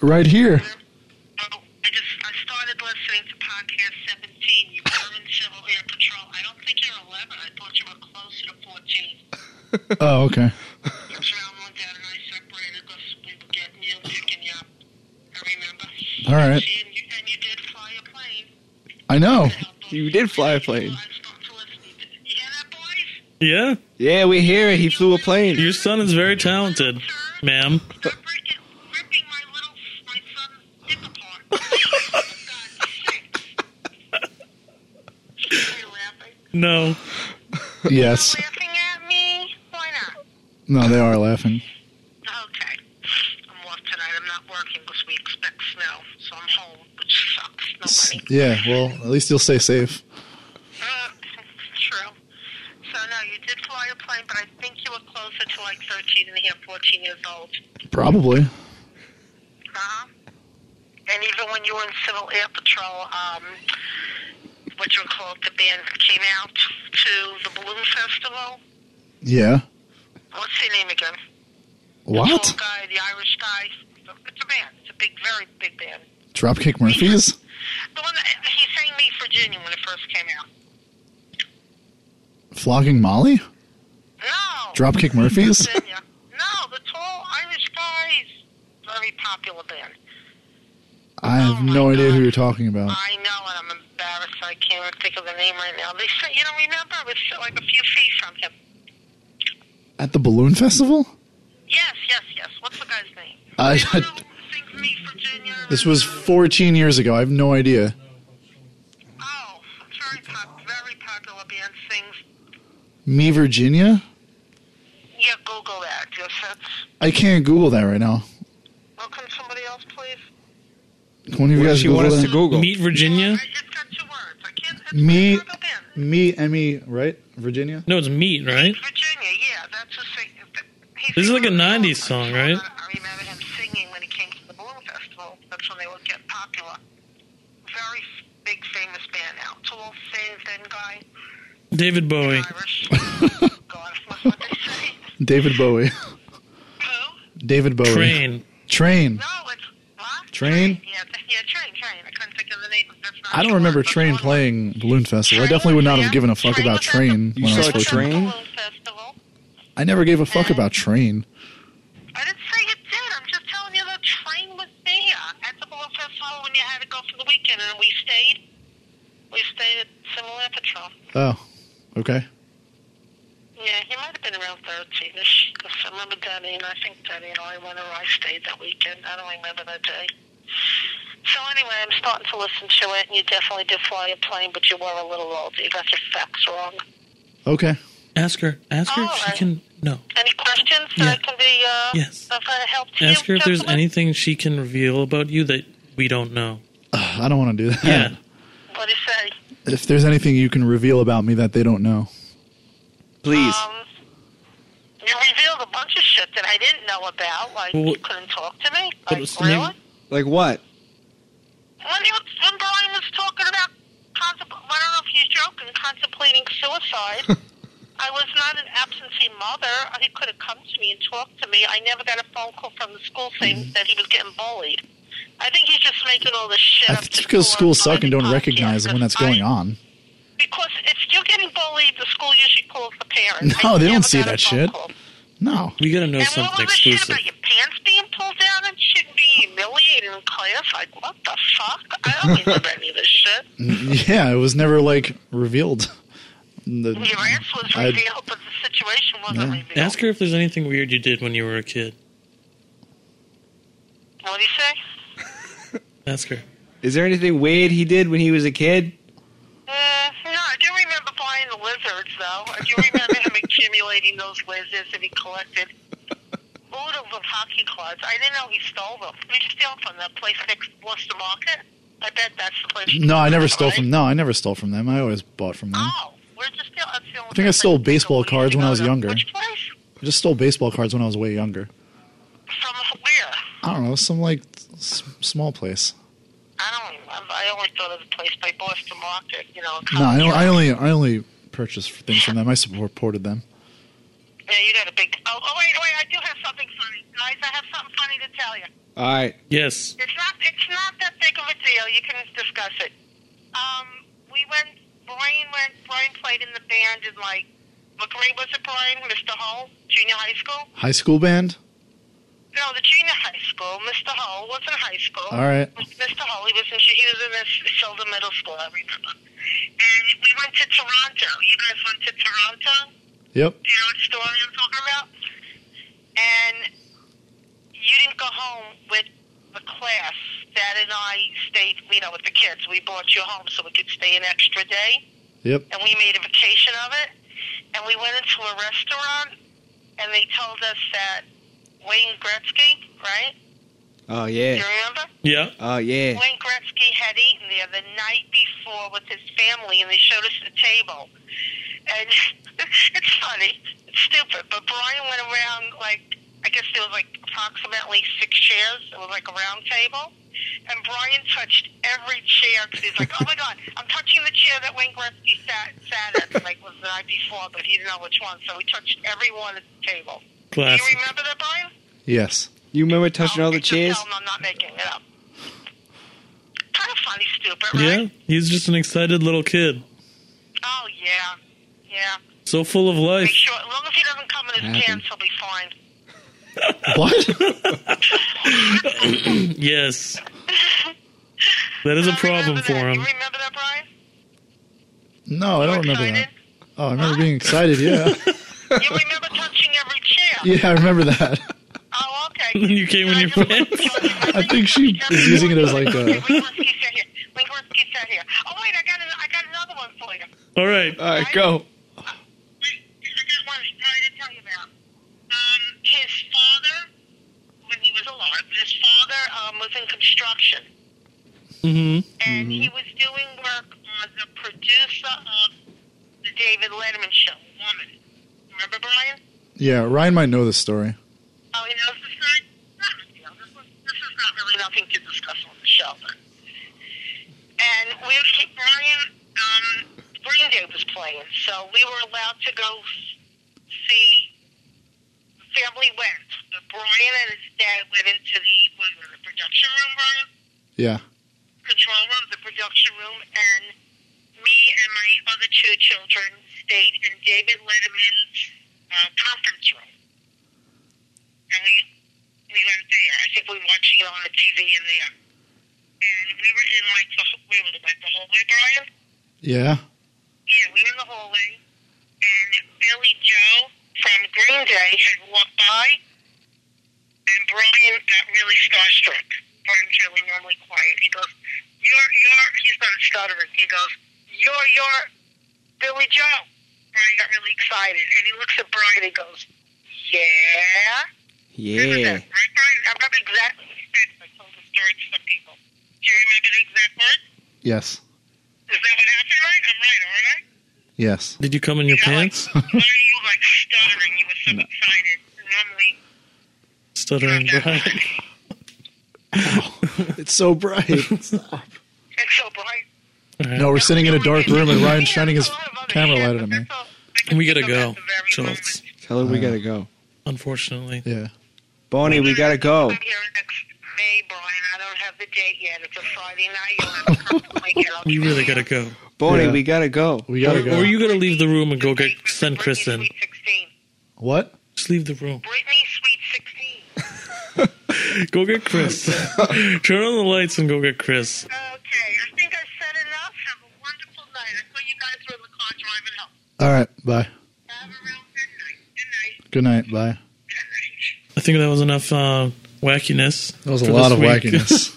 Right here. Oh, I just I started listening to podcast 17. You were in Civil Air Patrol. I don't think you're 11. I thought you were closer to 14. Oh, okay. That's why I went down and I separated because we were getting you, picking you up. I remember. All right. Oh, See, and you, and you did fly a plane. I know. You did fly a plane. I stopped to listen. You hear that, boys? Yeah, Yeah, we hear it. He flew a plane. your son is very talented, ma'am. Stop freaking ripping my little my son's dick apart. For God's sake. Are you laughing? No, Yes. laughing at me? Why not? No, they are laughing. Okay. I'm off tonight. I'm not working because we expect snow. So I'm home, which sucks. No money. Yeah, well, at least you'll stay safe. Uh, true. So, no, you did fly a plane, but I think you were closer to like 13 and a half, 14 years old. Probably. Uh-huh. And even when you were in Civil Air Patrol, um, what you were called, the band came out to the Balloon Festival. Yeah. What's their name again? The What? tall guy, the Irish guy. It's a band. It's a big, very big band. Dropkick Murphys? The one that he sang "Meet Virginia" when it first came out. Flogging Molly? No. Dropkick Murphys? Virginia. No, the tall Irish guys. Very popular band. I have no idea who you're talking about. I know, and I'm embarrassed. I can't even think of the name right now. They said, you don't remember? It was like a few feet from him. At the Balloon Festival? Yes, yes, yes. What's the guy's name? I- You know who sings "Meet Virginia"? This was 14 years ago. I have no idea. Oh, very pop, very popular band. Sings. Me, Virginia? Yeah, Google that. Yes, that's. I can't Google that right now. Well, can somebody else, please? Can one of you What guys she want Google us that? to Google? Meet Virginia. I just got two words. I can't. it's Me- another band. Me, Emmy, right? Virginia? No, it's meat, right? Virginia, yeah, that's a sing. He This is like a sings 90s song, right? I remember him singing when he came to the Balloon Festival. That's when they would get popular. Very f- big, famous band now. Tall, thin, thin guy, David Bowie. Irish. God, what would they say? David Bowie. Who? David Bowie. Train. Train. No, it's what? Train? Yeah, th- yeah, train, train. I couldn't think of the name. That's not I don't the remember word, but Train the one- playing Balloon Festival. I definitely would not have given a fuck Train about was at the- Train Train when I was was at the 14. Train? Balloon Festival. I never gave a fuck about Train. I didn't say it did. I'm just telling you the train was there at the Ball Festival when you had to go for the weekend, and we stayed. We stayed at Civil Air Patrol. Oh, okay. Yeah, he might have been around 13-ish, because I remember Danny, and I think Danny and I went or I stayed that weekend. I don't remember that day. So anyway, I'm starting to listen to it, and you definitely did fly a plane, but you were a little old. You got your facts wrong. Okay. Ask her. Ask her if she Alright. can. No. Any questions Yeah. that I can be uh, Yes. of uh, help to Ask her you? if there's gentlemen? anything she can reveal about you that we don't know. Ugh, I don't want to do that. Yeah. What do you say? If there's anything you can reveal about me that they don't know, Please. Um, you revealed a bunch of shit that I didn't know about. Like Well, you what- couldn't talk to me. what Like was the really? name- Like what? When he was, when Brian was talking about, contempl- I don't know if he's joking, contemplating suicide. I was not an absentee mother. He could have come to me and talked to me. I never got a phone call from the school saying Mm. that he was getting bullied. I think he's just making all this shit I up. think to it's because schools glorify suck and the don't podcast, recognize when that's going I- on. Because if you're getting bullied, the school usually calls the parents. No, I they don't never see got a that phone shit. call. No, We gotta know And what something was the shit exclusive. about your pants being pulled down and shit and being humiliated in class? Like, what the fuck? I don't remember any of this shit. yeah, it was never like revealed. The- Your ass was I'd- revealed, but the situation wasn't Yeah. revealed. Ask her if there's anything weird you did when you were a kid. What do you say? Ask her. Is there anything weird he did when he was a kid? Mm, no, I do remember buying the lizards, though. I do remember him accumulating those lizards that he collected. Oodles of hockey cards. I didn't know he stole them. Did you steal from the place next Worcester Market? I bet that's the place. you no, I never right? stole from. No, I never stole from them. I always bought from them. I Oh, where'd you steal? I, I think I stole baseball cards when I was younger. Which place? just stole baseball cards when I was way younger. From where? I don't know, some like s- small place. I don't remember. I only thought of the place by Boston Market, you know. No, I, I only I only purchased things from them. I supported them. Yeah, you got a big. Oh, oh, wait, wait. I do have something funny. Guys, I have something funny to tell you. All right. Yes. It's not. It's not that big of a deal. You can discuss it. Um, we went. Brian went. Brian played in the band in like. What grade was it, Brian? Mr. Hull, junior high school? High school band. No, the junior high school. Mr. Hull was in high school. All right. Mr. Hull, he was in. He was in this Silver Middle School. I remember. And we went to Toronto. You guys went to Toronto. Yep. Do you know what story I'm talking about? And you didn't go home with the class. Dad and I stayed, you know, with the kids. We brought you home so we could stay an extra day, Yep. and we made a vacation of it. And we went into a restaurant, and they told us that Wayne Gretzky, right? Oh Do you yeah. remember? Yeah. Oh yeah. Wayne Gretzky had eaten there the night before with his family, and they showed us the table. And it's funny, it's stupid, but Brian went around like I guess there was like approximately six chairs. It was like a round table, and Brian touched every chair because he's like, "Oh my god, I'm touching the chair that Wayne Gretzky sat sat at like was the night before, but he didn't know which one, so he touched every one at the table." Do you Classic. remember that, Brian? Yes. You remember touching Oh, all the it's just chairs? tell 'em I'm not making it up. Kind of funny, stupid, Yeah. right? He's just an excited little kid. Oh yeah, yeah. So full of Make life. sure, as long as he doesn't come in his Happened. pants, he'll be fine. What? Yes. That is a I problem remember for that. him. You remember that, Brian? no, I don't You're remember that. excited? Oh, I remember being excited. Yeah. You remember touching every chair? Yeah, I remember that. Oh, okay. Then you came in I your just- pants. I think she is using it as like Okay, a. Winkowski sat here. Winkowski sat here. Oh wait, I got an, I got another one for you. All right. All right, go. Wait, I got one I didn't tell you about. Um, his father, when he was alive, his father um, was in construction, Mm-hmm. and he was doing work on the producer of the David Letterman show, Woman. Remember Brian? Yeah, Ryan might know this story. Oh, he knows the story. Not a deal. This, was, this is not really nothing to discuss on the show. But. And we were- Brian, um, Green Day was playing, so we were allowed to go see. The family went. But Brian and his dad went into the, what, was it, the production room, Brian? Yeah. control room, the production room, and me and my other two children stayed in David Letterman's uh, conference room. And we we went there. I think we were watching it on the TV in there. And we were in like the h- we were like the hallway, Brian. Yeah. Yeah, we were in the hallway, and Billy Joe from Green Day had walked by, and Brian got really starstruck. Brian's really normally quiet. He goes, "You're, you're." He's not stuttering. He goes, "You're, you're Billy Joe." Brian got really excited, and he looks at Brian and goes, "Yeah." Remember Yeah. that, right, Brian? I remember exactly what he said. I told the story to some people. Do you remember the exact words? Yes. Is that what happened, right? I'm right, aren't I? Yes. Did you come in your Yeah, like, pants? Why are you like stuttering? You were so excited. Normally, Stuttering Brian. It's so bright. Stop. it's so bright. Alright. No, we're sitting in a dark room and Ryan's shining his Yeah, there's a lot of camera other light shit, at but me. that's all I can We gotta think of go, at the very Schultz. moment. Tell her we gotta go. Unfortunately. Yeah. Bonnie, we gotta go. I'm here next May, Brian. I don't have the date yet. It's a Friday night. You'll have to come to Lincoln. I'll We be really there. gotta go. Bonnie, Yeah. we gotta go. We gotta or, go. or you gotta leave the room and go get Brittany, send Chris in. Sweet 16. What? Just leave the room. Brittany, sweet 16. Go get Chris. Turn on the lights and go get Chris. Okay, I think I said enough. Have a wonderful night. I saw you guys were in the car driving home. All right. Bye. Have a real good night. Good night. Good night. Bye. Good night. I think that was enough uh, wackiness. That was a for lot this of week. wackiness.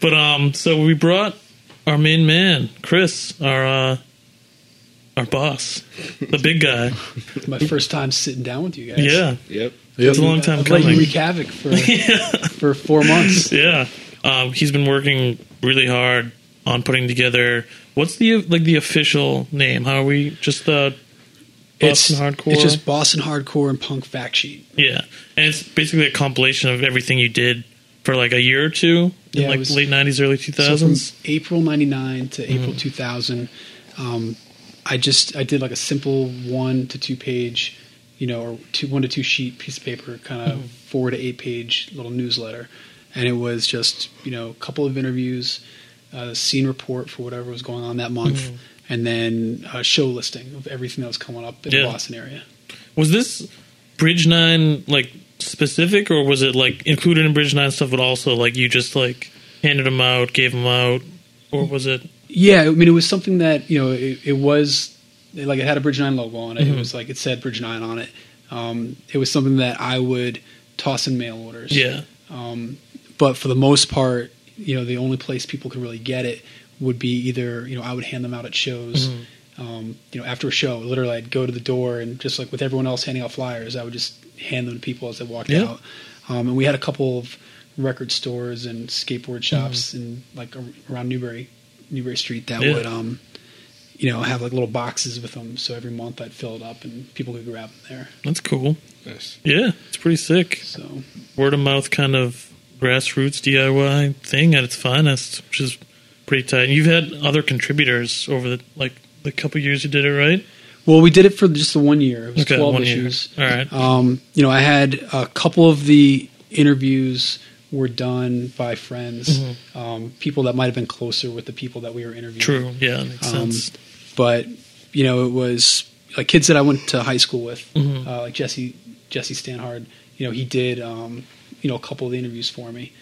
But um, so we brought our main man, Chris, our uh, our boss, the big guy. My first time sitting down with you guys. Yeah, Yep. it's a long time I've let you coming. wreak havoc for for four months. Yeah, um, he's been working really hard on putting together. What's the like the official name? How are we? Just the Boston hardcore. It's just Boston hardcore and punk fact sheet. yeah, and it's basically a compilation of everything you did for like a year or two in Yeah, it like was- late '90s, early So from 2000s. April '99 to April 2000, um, I just I did like a simple one to two page, you know, or two one to two sheet piece of paper, kind of four to eight page little newsletter, and it was just you know a couple of interviews, a scene report for whatever was going on that month, and then a show listing of everything that was coming up in Yeah. the Boston area. Was this Bridge Nine like specific, or was it like included in Bridge Nine stuff, but also like you just like handed them out, gave them out, or was it? Yeah, I mean, it was something that you know, it, it was it, like it had a Bridge Nine logo on it. It was like it said Bridge Nine on it. Um, it was something that I would toss in mail orders. Yeah, Um, but for the most part, you know, the only place people could really get it would be either you know I would hand them out at shows. Mm-hmm. Um, you know, after a show, literally, I'd go to the door and just like with everyone else handing out flyers, I would just hand them to people as they walked Yeah. out. Um, and we had a couple of record stores and skateboard shops and like ar- around Newbury, Newbury Street that Yeah. would, um, you know, have like little boxes with them. So every month I'd fill it up and people could grab them there. that's cool. Nice. Yeah, it's pretty sick. So Word of mouth kind of grassroots DIY thing at its finest, which is pretty tight. And you've had other contributors over the like the couple years you did it, right? Well, we did it for just the one year. It was twelve one issues. year. All right. Um, you know, I had a couple of the interviews were done by friends, um, people that might have been closer with the people that we were interviewing. True. Yeah, that makes Um, sense. But you know, it was like kids that I went to high school with, Mhm. uh, like Jesse Jesse Stanhard. You know, he did um, you know a couple of the interviews for me.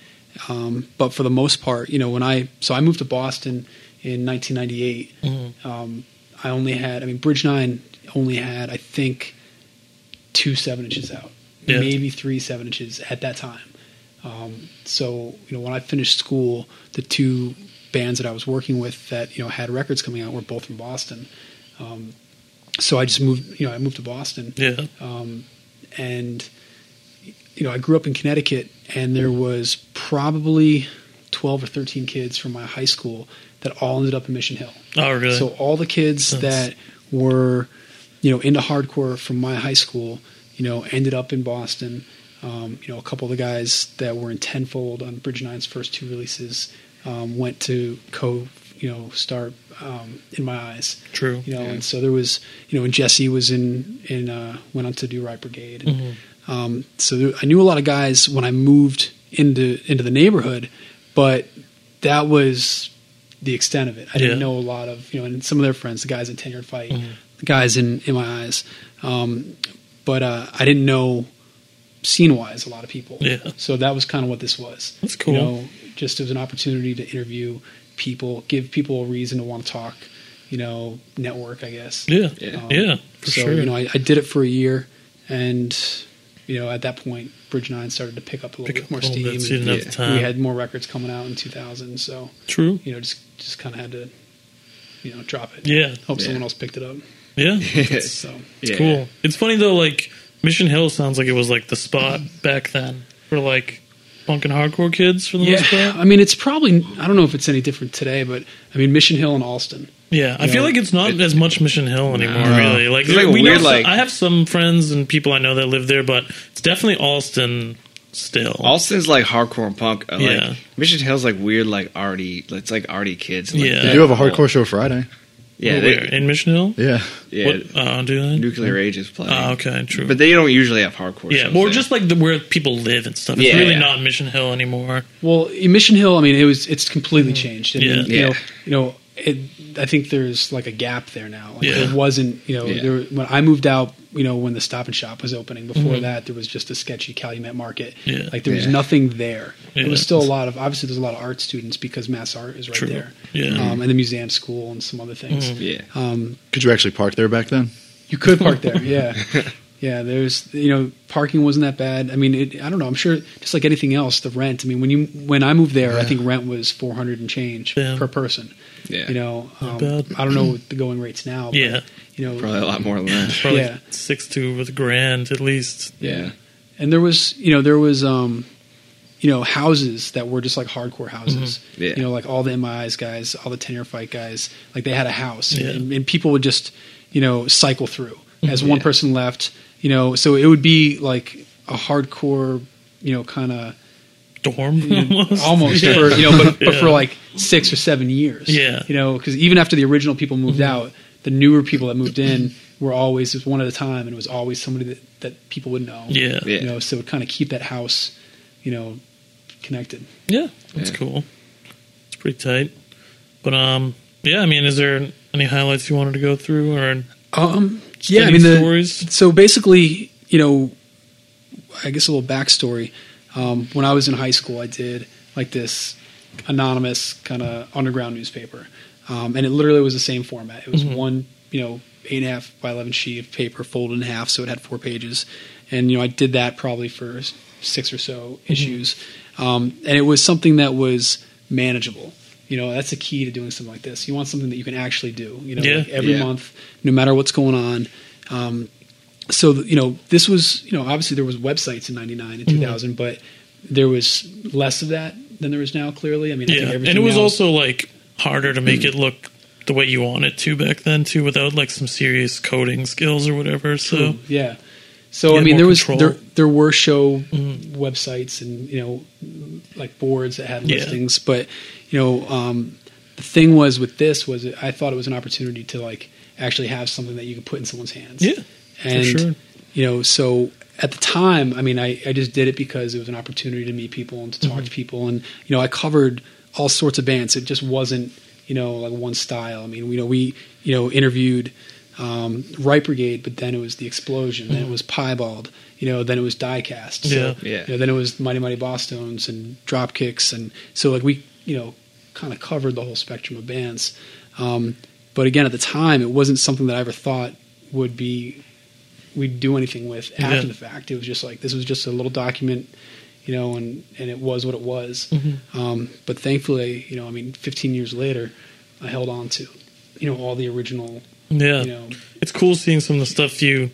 Um, but for the most part, you know, when I so I moved to Boston in 1998 Mhm. um, I only had, I mean, Bridge Nine only had, I think, two seven inches out, Yeah. maybe three seven inches at that time. Um, so, you know, when I finished school, the two bands that I was working with that, you know, had records coming out were both from Boston. Um, so I just moved, you know, I moved to Boston Yeah. um, and you know I grew up in Connecticut, and there was probably twelve or thirteen kids from my high school that all ended up in Mission Hill. Oh, really? So all the kids Nice. that were you know into hardcore from my high school, you know, ended up in Boston. Um, you know, a couple of the guys that were in Tenfold on Bridge Nine's first two releases um, went to co, you know, start um, in my eyes True. you know, and so there was, you know, and Jesse was in, in, uh, went on to do Right Brigade. Mm-hmm. And, Um, so there, I knew a lot of guys when I moved into, into the neighborhood, but that was the extent of it. I didn't Yeah. Mm-hmm. know a lot of, you know, and some of their friends, the guys in Tenured Fight, the guys in, in my eyes. Um, but, uh, I didn't know scene wise a lot of people. Yeah. So that was kind of what this was. That's cool. You know, just as an opportunity to interview people, give people a reason to want to talk, you know, network, I guess. Yeah. Yeah. Oh, Yeah. For so, sure. you know, I, I did it for a year and, you know, at that point, Bridge 9 started to pick up a little Pick bit up more a little steam. bit, so you and didn't have the time. We had more records coming out in 2000. So, True. you know, just, just kind of had to, you know, drop it. Yeah. Hope Yeah. someone else picked it up. Yeah. So Yeah. Cool. It's funny though, like Mission Hill sounds like it was like the spot back then for like punk and hardcore kids for the most yeah, part. I mean, it's probably I don't know if it's any different today, but I mean, Mission Hill and Alston. Yeah, I feel like it's not as much Mission Hill anymore. No. Really, like, It's like there- we know weird, some- like- I have some friends and people I know that live there, but it's definitely Alston still. Alston's like hardcore and punk. uh, Like, Yeah. Mission Hill's like weird, like arty. It's like arty kids. and, like, Yeah. They that do have a whole- hardcore show Friday. Yeah, Where, they, in Mission Hill. Yeah. yeah. What, uh, do they? Nuclear Age is playing. Oh, Ah, okay, true. But they don't usually have hardcore. yeah, shows or there. just like the, where people live and stuff. It's Yeah, really yeah. not Mission Hill anymore. Well, in Mission Hill, I mean, it was it's completely changed. And, Yeah. You know, Yeah. you know it, I think there's like a gap there now. Like, Yeah. There wasn't, you know, Yeah. there, when I moved out, you know, when the Stop and Shop was opening. Before that, there was just a sketchy Calumet Market. Mm-hmm. Yeah. Like there was Yeah. nothing there. There was Yeah. still a lot of obviously there's a lot of art students because Mass Art is right True. there. Yeah. Um, and the Museum School and some other things. yeah. Um, Could you actually park there back then? you could park there, yeah. Yeah, there's you know parking wasn't that bad. I mean, it, I don't know. I'm sure just like anything else, the rent. I mean, when you when I moved there, I think rent was 400 and change Yeah. per person. Yeah. You know, um, bad. I don't know what the going rates now. But, Yeah. you know, Probably a lot more than that. Probably Yeah. six to with a grand at least. yeah. and there was you know there was um you know houses that were just like hardcore Mm-hmm. houses Mhm. Yeah. you know like all the mis guys all the tenure fight guys like they had a house Yeah. Mm-hmm. and, and people would just you know cycle through as one person left you know so it would be like a hardcore you know kind of Dorm almost. almost Yeah. for you know but, but Yeah. for like six or seven years Yeah. Mm-hmm. you know because even after the original people moved out the newer people that moved in were always just one at a time and it was always somebody that, that people would know yeah. Yeah. you know so it kind of keep that house you know connected Yeah, that's Yeah. cool. It's pretty tight. But um, yeah. I mean, is there any highlights you wanted to go through, or um just yeah i any mean the, stories? so basically you know i guess a little backstory um, when i was in high school i did like this anonymous kind of underground newspaper um, and it literally was the same format it was one you know eight and a half by 11 sheet of paper folded in half so it had four pages and you know i did that probably for s- six or so issues um, and it was something that was manageable you know that's the key to doing something like this you want something that you can actually do you know Yeah. like every Yeah. month no matter what's going on um, so you know this was you know obviously there was websites in 99 and Mm-hmm. 2000 but there was less of that than there is now clearly i mean I yeah, think and everything Mm. it was now is- also like harder to make it look the way you want it to back then too, without like some serious coding skills or whatever. So yeah so You i had mean more there was control. there, there were show Mm-hmm. websites and you know like boards that had Yeah. listings but you know um, the thing was with this was it- i thought it was an opportunity to like actually have something that you could put in someone's hands yeah, and sure. you know so at the time i mean I, I just did it because it was an opportunity to meet people and to talk to people and you know i covered all sorts of bands it just wasn't you know like one style i mean you know we you know interviewed um, right brigade but then it was the explosion then it was piebald you know then it was diecast so, Yeah. Yeah. you know, then it was mighty mighty bosstones and drop kicks and so like we you know kind of covered the whole spectrum of bands um, but again at the time it wasn't something that i ever thought would be we'd do anything with after Yeah. the fact. It was just like this was just a little document, you know, and and it was what it was. Mm-hmm. Um, but thankfully, you know, I mean, 15 years later, I held on to, you know, all the original, Yeah, you know, it's cool seeing some of the stuff you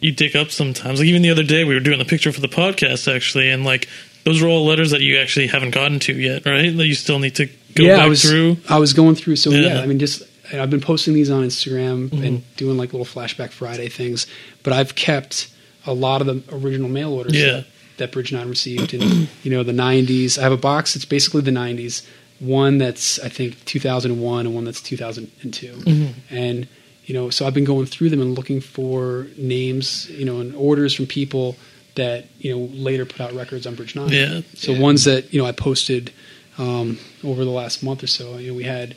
you dig up sometimes. Like even the other day, we were doing the picture for the podcast actually, and like those are all letters that you actually haven't gotten to yet, right? That you still need to go back I was, through. I was going through. So yeah, Yeah. Mm-hmm. I mean, just and I've been posting these on Instagram and doing like little flashback Friday things, but I've kept a lot of the original mail orders Yeah. that, that Bridge Nine received in you know the '90s. I have a box that's basically the '90s, one that's I think 2001 and one that's 2002, Mm-hmm. and you know, so I've been going through them and looking for names, you know, and orders from people that you know later put out records on Bridge Nine. Yeah. So ones that you know I posted um, over the last month or so. You know, we had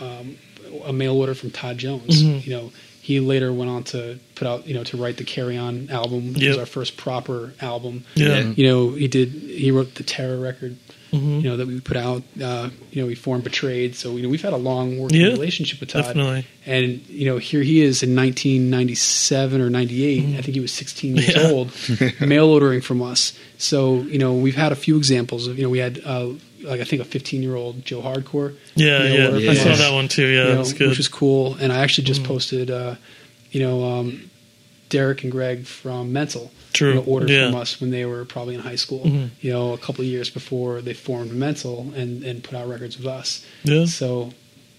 um, a mail order from Todd Jones. Mm-hmm. You know, he later went on to put out you know to write the Carry On album, which was Yep. our first proper album. Yeah, You know, he did. He wrote the Terror record. Mm-hmm. You know that we put out. Uh, you know, we formed Betrayed. So you know, we've had a long working Yeah, relationship with Todd. definitely. And you know, here he is in 1997 or 98. I think he was 16 years Mm-hmm. Yeah. old, mail ordering from us. So you know, we've had a few examples of you know we had uh, like I think a 15 year old Joe Hardcore, Yeah, mail yeah. order I from saw us, that one too. Yeah, you know, that's good. Mm. which was cool. And I actually just posted uh, you know, um, Derek and Greg from Mental True. you know, ordered Yeah. from us when they were probably in high school. Mhm. You know, a couple of years before they formed Mental and and put out records with us. Yeah. So,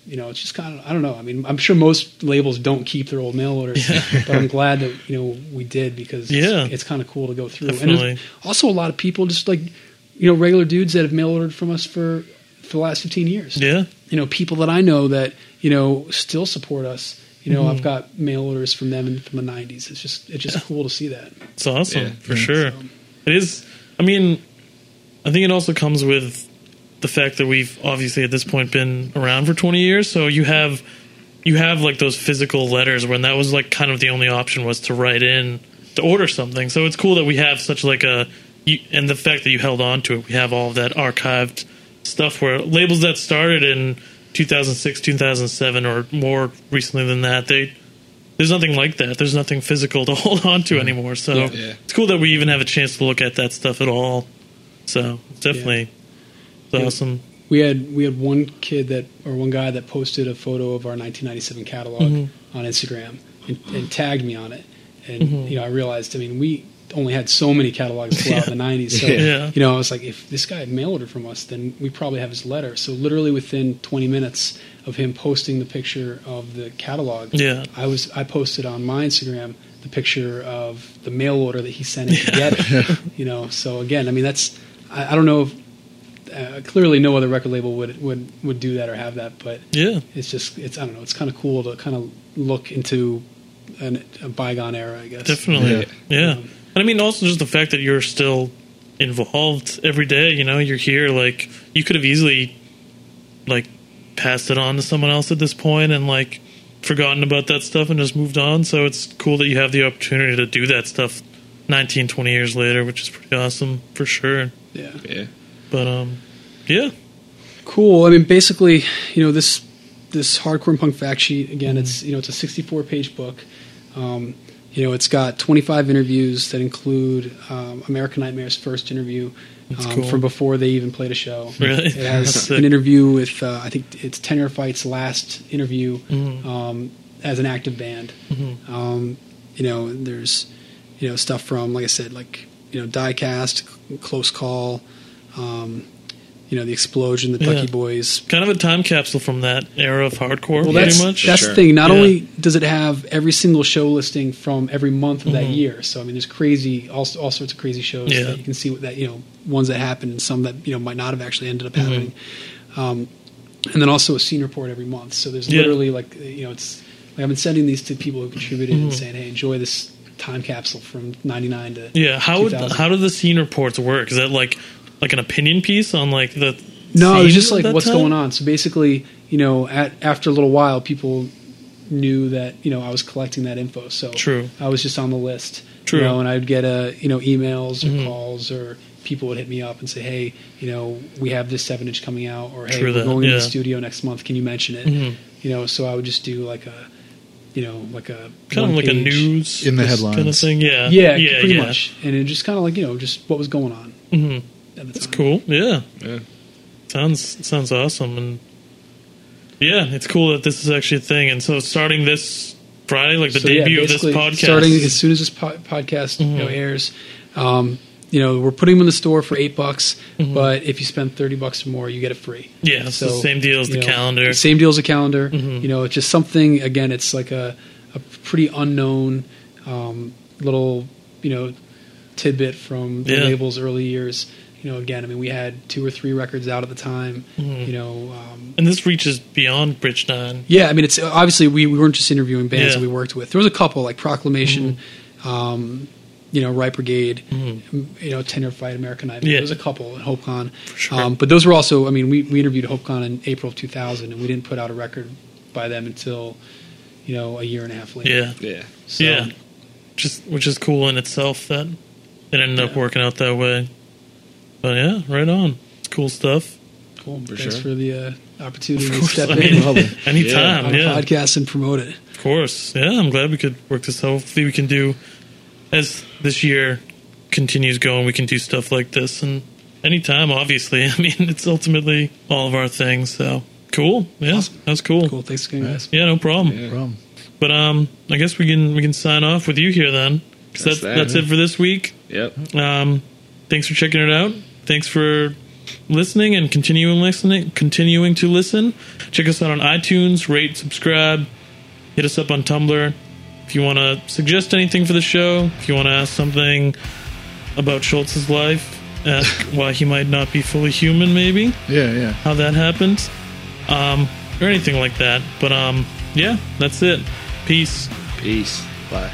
you know, it's just kind of I don't know. I mean, I'm sure most labels don't keep their old mail orders, but I'm glad that you know we did because Yeah. it's, it's kind of cool to go through. And Definitely. there's also a lot of people just like you know regular dudes that have mail ordered from us for for the last 15 years Yeah. you know people that I know that you know still support us. You Mm-hmm. know, I've got mail orders from them in- from the '90s. It's just it's just cool to see that. It's awesome Yeah. for sure. It is. I mean, I think it also comes with the fact that we've obviously at this point been around for 20 years. So you have you have like those physical letters when that was like kind of the only option was to write in to order something. So it's cool that we have such like a you, and the fact that you held on to it. We have all of that archived stuff where labels that started in 2006, 2007, or more recently than that, they there's nothing like that. There's nothing physical to hold on to anymore. So Yeah. it's cool that we even have a chance to look at that stuff at all. So it's definitely it's Yeah. awesome. We had we had one kid that or one guy that posted a photo of our 1997 catalog Mm-hmm. on Instagram and, and tagged me on it, and you know I realized I mean we only had so many catalogs to go out in the 90s so Yeah. you know i was like if this guy had mail ordered from us then we probably have his letter so literally within 20 minutes of him posting the picture of the catalog Yeah. I was I posted on my Instagram the picture of the mail order that he sent in to get it. You know, so again, I mean that's I, I don't know if uh, clearly no other record label would would would do that or have that, but Yeah. it's just it's I don't know it's kind of cool to kind of look into an, a bygone era, I guess. Definitely. Yeah. Yeah. And I mean, also just the fact that you're still involved every day, you know, you're here. Like, you could have easily, like, passed it on to someone else at this point and, like, forgotten about that stuff and just moved on. So it's cool that you have the opportunity to do that stuff 19, 20 years later, which is pretty awesome for sure. Yeah. Yeah. But, um, yeah. Cool. I mean, basically, you know this this hardcore and punk fact sheet. Again, it's you know it's a 64 page book. Um, you know, it's got 25 interviews that include um, American Nightmare's first interview um, cool. from before they even played a show. Really? It That's has sick. an interview with uh, I think it's Tenor Fight's last interview Mm-hmm. um, as an active band. Um, you know, there's you know stuff from like I said, like you know, Diecast, Close Call. Um, you know, the explosion, the Ducky Yeah. Boys, Kind of a time capsule from that era of hardcore, well, pretty that's, much. That's Sure. the thing. Not Yeah. only does it have every single show listing from every month of that year, so I mean, there's crazy, all, all sorts of crazy shows Mm-hmm. Yeah. that you can see what that you know ones that happened and some that you know might not have actually ended up Mm-hmm. happening. Um, and then also a scene report every month. So there's Yeah. literally like you know it's like I've been sending these to people who contributed and Mm-hmm. saying, hey, enjoy this time capsule from '99 to Yeah, how would 2000. how do the scene reports work? Is that like like an opinion piece on like the No, it was scene just at like that what's time? going on. So basically, you know, at, after a little while, people knew that you know I was collecting that info. So True. I was just on the list. True. Mm-hmm. You know, and I would get a you know emails or calls or people would hit me up and say, hey, you know, we have this seven inch coming out, or hey, True we're that, going to yeah. Mm-hmm. the studio next month. Can you mention it? You know, so I would just do like a, you know, like a Kind of like a one-page- news In the this headlines. kind of thing. Yeah, Yeah, pretty much. And it just kind of like you know just what was going on. Mhm. At the That's time. cool. Yeah. Yeah. sounds sounds awesome, and yeah, it's cool that this is actually a thing. And so starting this Friday, like the So, yeah, debut of this basically, podcast, Mm-hmm. Starting as soon as this po- podcast you know, airs, um, you know we're putting them in the store for eight bucks. But if you spend thirty bucks or more, you get it free. Mm-hmm. yeah, it's the same deal as the you know, calendar. Mm-hmm. Same deal as a calendar. You know, it's just something. Again, it's like a, a pretty unknown um, little you know tidbit from the Yeah. label's early years. You know, again, I mean, we had two or three records out at the time. Mm-hmm. You know, um, Mm. And this reaches beyond Bridge Nine. yeah, I mean, it's obviously we, we weren't just interviewing Yeah. bands Mm-hmm. that we worked with. There was a couple like Proclamation, um, you know, Right Brigade, m- you know, Tenor Fight, American Idol. Yeah. There was a couple at HopeCon, sure. um, but those were also. I mean, we we interviewed HopeCon in April of 2000, and we didn't put out a record by them until you know a year and a half later. Yeah, Yeah. So, yeah, just which is cool in itself that it ended up Yeah. working out that way. But yeah, right on. It's cool stuff. cool. For Thanks sure. for the uh, opportunity Of to course, step I in on mean, anytime, a yeah, podcast and promote it. of course, yeah. I'm glad we could work this. out. Hopefully, we can do as this year continues going. We can do stuff like this, and anytime, obviously. I mean, it's ultimately all of our things. So cool, yeah, that's cool. Cool. Thanks again, guys. Yeah, no problem. Yeah. Problem. But um, I guess we can we can sign off with you here then. That's 'Cause That's that. that's it for this week. Yep. Um, thanks for checking it out. Thanks for listening and continuing listening, continuing to listen. Check us out on iTunes. Rate, subscribe. Hit us up on Tumblr. If you want to suggest anything for the show, if you want to ask something about Schultz's life, ask why he might not be fully human, maybe Yeah, yeah. how that happened, um, or anything like that. But um, yeah, that's it. Peace. Peace. Bye.